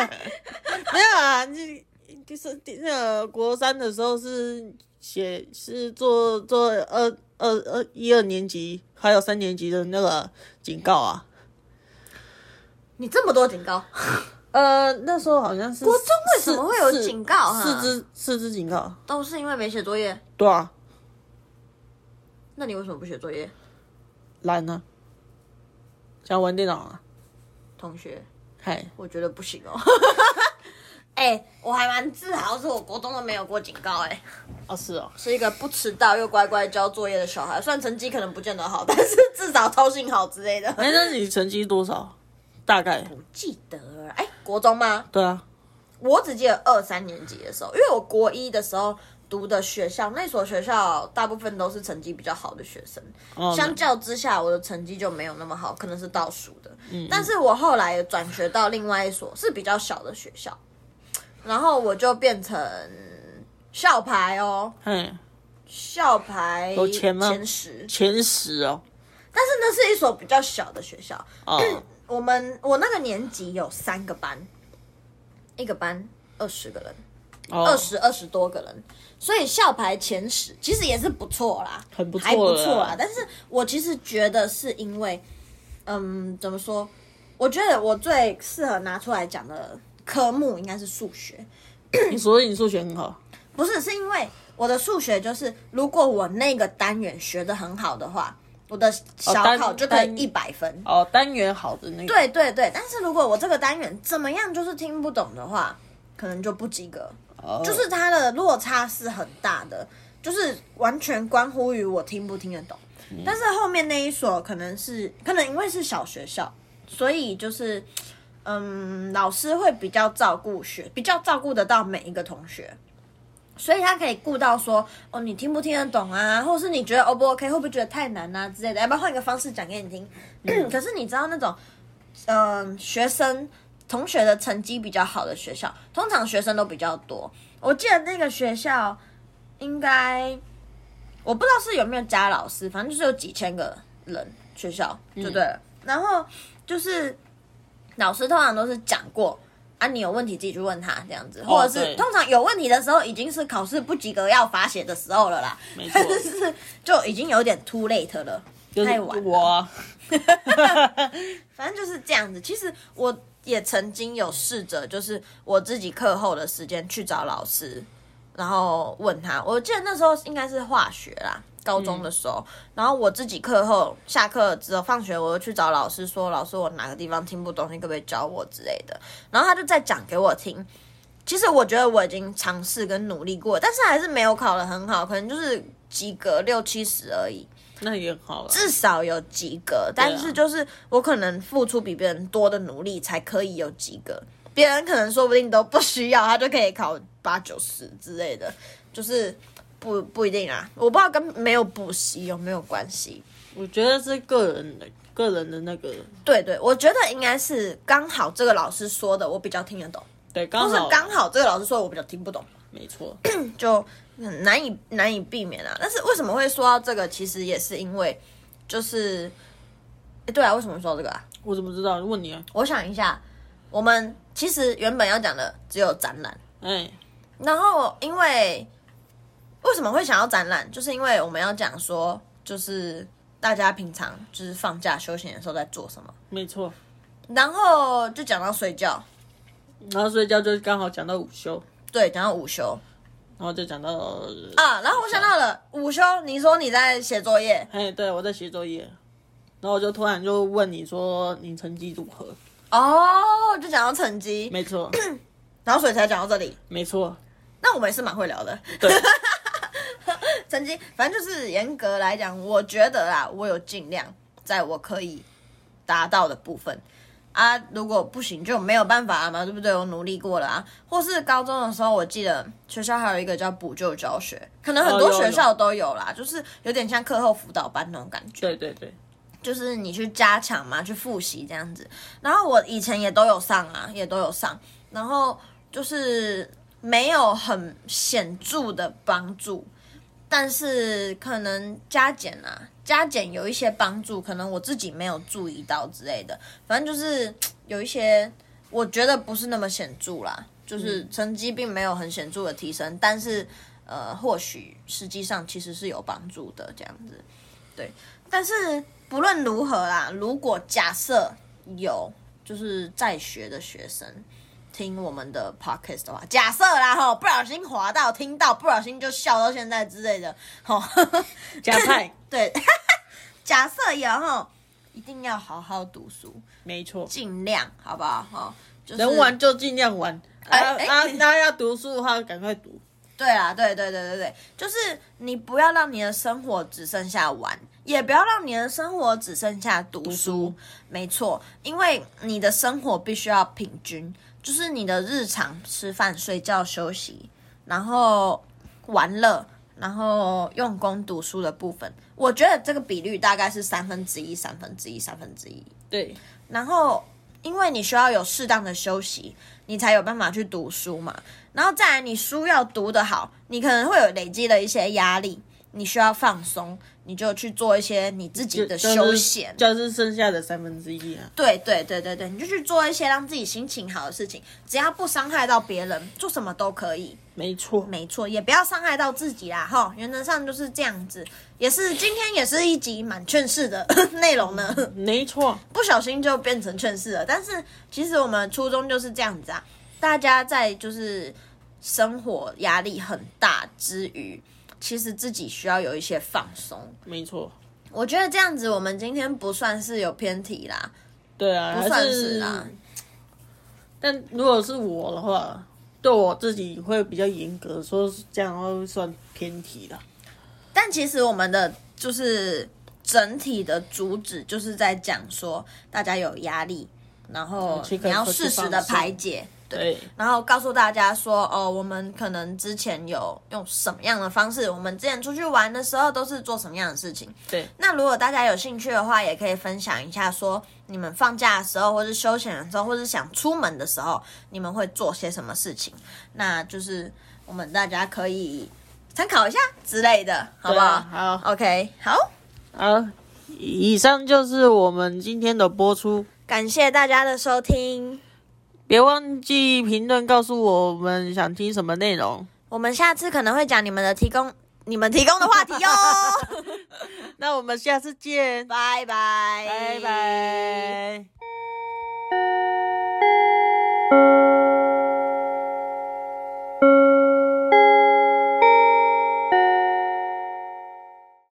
[SPEAKER 1] 没有啊，你就是那个国三的时候是写是做做二二二一二年级还有三年级的那个警告啊。
[SPEAKER 2] 你这么多警告，
[SPEAKER 1] 呃，那时候好像是国中
[SPEAKER 2] 为什么会有警告啊
[SPEAKER 1] 四支四支警告，
[SPEAKER 2] 都是因为没写作业。
[SPEAKER 1] 对啊，
[SPEAKER 2] 那你为什么不写作业？
[SPEAKER 1] 懒呢、啊，想玩电脑啊，
[SPEAKER 2] 同学，
[SPEAKER 1] 嗨，
[SPEAKER 2] 我觉得不行哦。 哎、我还蛮自豪，是我国中都没有过警告、哎，
[SPEAKER 1] 哦是哦，
[SPEAKER 2] 是一个不迟到又乖乖交作业的小孩。虽然成绩可能不见得好，但 是至少操性好之类的。
[SPEAKER 1] 哎、那你成绩多少？大概
[SPEAKER 2] 不 记得了，哎、国中吗？
[SPEAKER 1] 对啊，
[SPEAKER 2] 我只记得二三年级的时候，因为我国一的时候读的学校，那所学校大部分都是成绩比较好的学生，
[SPEAKER 1] 哦，
[SPEAKER 2] 相较之下，我的成绩就没有那么好，可能是倒嗯数的。但是我后来转学到另外一所是比较小的学校，然后我就变成校排哦，
[SPEAKER 1] 嘿，
[SPEAKER 2] 校排
[SPEAKER 1] 有钱吗
[SPEAKER 2] 前十，
[SPEAKER 1] 前十哦，
[SPEAKER 2] 但是那是一所比较小的学校。
[SPEAKER 1] 哦，
[SPEAKER 2] 我们我那个年级有三个班，一个班二十个人，二
[SPEAKER 1] 哦，
[SPEAKER 2] 十二十多个人，所以校排前十其实也是不错啦，
[SPEAKER 1] 很不错
[SPEAKER 2] 还不错
[SPEAKER 1] 了
[SPEAKER 2] 啦。但是我其实觉得是因为，嗯，怎么说？我觉得我最适合拿出来讲的科目应该是数学，
[SPEAKER 1] 哦你所以你数学很好，
[SPEAKER 2] 不是，是因为我的数学就是，如果我那个单元学的很好的话，我的小
[SPEAKER 1] 哦单
[SPEAKER 2] 考就可以
[SPEAKER 1] 单
[SPEAKER 2] 一百分。
[SPEAKER 1] 哦，单元好的那个，
[SPEAKER 2] 对对对，但是如果我这个单元怎么样就是听不懂的话，可能就不及格。
[SPEAKER 1] 哦，
[SPEAKER 2] 就是它的落差是很大的，就是完全关乎于我听不听得懂。
[SPEAKER 1] 嗯
[SPEAKER 2] 但是后面那一所可能是可能因为是小学校，所以就是嗯，老师会比较照顾学，比较照顾得到每一个同学。所以他可以顾到说，哦，你听不听得懂啊，或者是你觉得 O 不 OK，会不会觉得太难啊之类的，要不要换一个方式讲给你听？ 可是你知道那种，嗯、学生同学的成绩比较好的学校，通常学生都比较多。我记得那个学校应该，我不知道是有没有加老师，反正就是有几千个人学校就对了。然后就是老师通常都是讲过啊，你有问题自己去问他这样子，或者是、
[SPEAKER 1] 对
[SPEAKER 2] 通常有问题的时候已经是考试不及格要罚写的时候了啦，
[SPEAKER 1] 没错
[SPEAKER 2] 但，是就已经有点 too late 了，
[SPEAKER 1] 就
[SPEAKER 2] 太
[SPEAKER 1] 是
[SPEAKER 2] 晚了
[SPEAKER 1] 我啊，
[SPEAKER 2] 反正就是这样子。其实我也曾经有试着，就是我自己课后的时间去找老师，然后问他。我记得那时候应该是化学啦，高中的时候。然后我自己课后下课之后放学，我又去找老师说：“老师，我哪个地方听不懂，你可不可以教我之类的？”然后他就再讲给我听。其实我觉得我已经尝试跟努力过，但是还是没有考得很好，可能就是及格六七十而已。
[SPEAKER 1] 那也好了，啊
[SPEAKER 2] 至少有及格，但是就是我可能付出比别人多的努力才可以有及格，别人可能说不定都不需要，他就可以考八九十之类的，就是不不一定啊，我不知道跟没有补习有没有关系。
[SPEAKER 1] 我觉得是个人的个人的那个，
[SPEAKER 2] 对对，我觉得应该是刚好这个老师说的我比较听得懂，
[SPEAKER 1] 对，
[SPEAKER 2] 或
[SPEAKER 1] 刚
[SPEAKER 2] 是
[SPEAKER 1] 好
[SPEAKER 2] 刚好这个老师说的我比较听不懂。
[SPEAKER 1] 没错，
[SPEAKER 2] 就很难以难以避免啊。但是为什么会说到这个？其实也是因为，就是，诶对啊，为什么说到这个啊？
[SPEAKER 1] 我怎么知道？问你啊，
[SPEAKER 2] 我想一下，我们其实原本要讲的只有展览，
[SPEAKER 1] 哎，
[SPEAKER 2] 然后因为为什么会想要展览，就是因为我们要讲说，就是大家平常就是放假休闲的时候在做什么，
[SPEAKER 1] 没错，
[SPEAKER 2] 然后就讲到睡觉，
[SPEAKER 1] 然后睡觉就刚好讲到午休，
[SPEAKER 2] 对，讲到午休
[SPEAKER 1] 然后就讲到，
[SPEAKER 2] 啊，然后我想到了午休，你说你在写作业
[SPEAKER 1] 哎，对我在写作业，然后我就突然就问你说你成绩如何？
[SPEAKER 2] 哦，就讲到成绩，
[SPEAKER 1] 没 错，
[SPEAKER 2] 然后所以才讲到这里。
[SPEAKER 1] 没错，
[SPEAKER 2] 那我们也是蛮会聊的，
[SPEAKER 1] 对，
[SPEAKER 2] 曾经，反正就是严格来讲，我觉得啦，我有尽量在我可以达到的部分啊，如果不行就没有办法嘛，对不对？我努力过了啊，或是高中的时候，我记得学校还有一个叫补救教学，可能很多
[SPEAKER 1] 哦有有
[SPEAKER 2] 学校都有啦，就是有点像课后辅导班那种感觉，
[SPEAKER 1] 对对对，
[SPEAKER 2] 就是你去加强嘛，去复习这样子。然后我以前也都有上啊，也都有上，然后就是没有很显著的帮助，但是可能加减啊，加减有一些帮助，可能我自己没有注意到之类的。反正就是有一些，我觉得不是那么显著啦，
[SPEAKER 1] 嗯
[SPEAKER 2] 就是成绩并没有很显著的提升，但是呃，或许实际上其实是有帮助的这样子。对，但是不论如何啦，如果假设有就是在学的学生。听我们的 podcast 的话，假设啦哈，不小心滑到听到，不小心就笑到现在之类的，吼，
[SPEAKER 1] 加派，
[SPEAKER 2] 对，假设有哈，一定要好好读书，
[SPEAKER 1] 没错，
[SPEAKER 2] 尽量好不好？哈，就是
[SPEAKER 1] 能玩就尽量玩，啊
[SPEAKER 2] 哎哎
[SPEAKER 1] 啊，那要读书的话赶快读，
[SPEAKER 2] 对啦，对对对对对，就是你不要让你的生活只剩下玩，也不要让你的生活只剩下读书。
[SPEAKER 1] 书
[SPEAKER 2] 没错，因为你的生活必须要平均，就是你的日常吃饭、睡觉、休息，然后玩乐，然后用功读书的部分，我觉得这个比率大概是三分之一、三分之一、三分之一。
[SPEAKER 1] 对，
[SPEAKER 2] 然后因为你需要有适当的休息，你才有办法去读书嘛。然后再来，你书要读得好，你可能会有累积的一些压力，你需要放松，你就去做一些你自己的
[SPEAKER 1] 就是
[SPEAKER 2] 休闲。
[SPEAKER 1] 就是剩下的三分之一啊。
[SPEAKER 2] 对对对对对，你就去做一些让自己心情好的事情，只要不伤害到别人，做什么都可以。
[SPEAKER 1] 没错，
[SPEAKER 2] 没错，也不要伤害到自己啦，哈，原则上就是这样子。也是今天也是一集蛮劝世的 内容呢，
[SPEAKER 1] 没错，
[SPEAKER 2] 不小心就变成劝世了。但是其实我们初衷就是这样子啊，大家在就是生活压力很大之余，其实自己需要有一些放松。
[SPEAKER 1] 没错。
[SPEAKER 2] 我觉得这样子，我们今天不算是有偏题啦，
[SPEAKER 1] 对啊，
[SPEAKER 2] 不
[SPEAKER 1] 还
[SPEAKER 2] 算是啦。
[SPEAKER 1] 但如果是我的话，对我自己会比较严格，说是这样会算偏题的。
[SPEAKER 2] 但其实我们的就是整体的主旨就是在讲说，大家有压力，然后
[SPEAKER 1] 去
[SPEAKER 2] 你
[SPEAKER 1] 跟
[SPEAKER 2] 要
[SPEAKER 1] 科技
[SPEAKER 2] 适时
[SPEAKER 1] 放
[SPEAKER 2] 的
[SPEAKER 1] 松
[SPEAKER 2] 排解，对。
[SPEAKER 1] 对，
[SPEAKER 2] 然后告诉大家说，哦，我们可能之前有用什么样的方式，我们之前出去玩的时候都是做什么样的事情。
[SPEAKER 1] 对，
[SPEAKER 2] 那如果大家有兴趣的话，也可以分享一下说，你们放假的时候，或是休闲的时候，或是想出门的时候，你们会做些什么事情？那就是我们大家可以参考一下之类的，好不
[SPEAKER 1] 对
[SPEAKER 2] 好？
[SPEAKER 1] 啊好
[SPEAKER 2] ，OK，好，
[SPEAKER 1] 好，以上就是我们今天的播出。
[SPEAKER 2] 感谢大家的收听，
[SPEAKER 1] 别忘记评论告诉我们想听什么内 容。
[SPEAKER 2] 我们下次可能会讲你们的提供，你们提供的话题哦哟、
[SPEAKER 1] 那我们下次见，
[SPEAKER 2] 拜拜，
[SPEAKER 1] 拜。拜。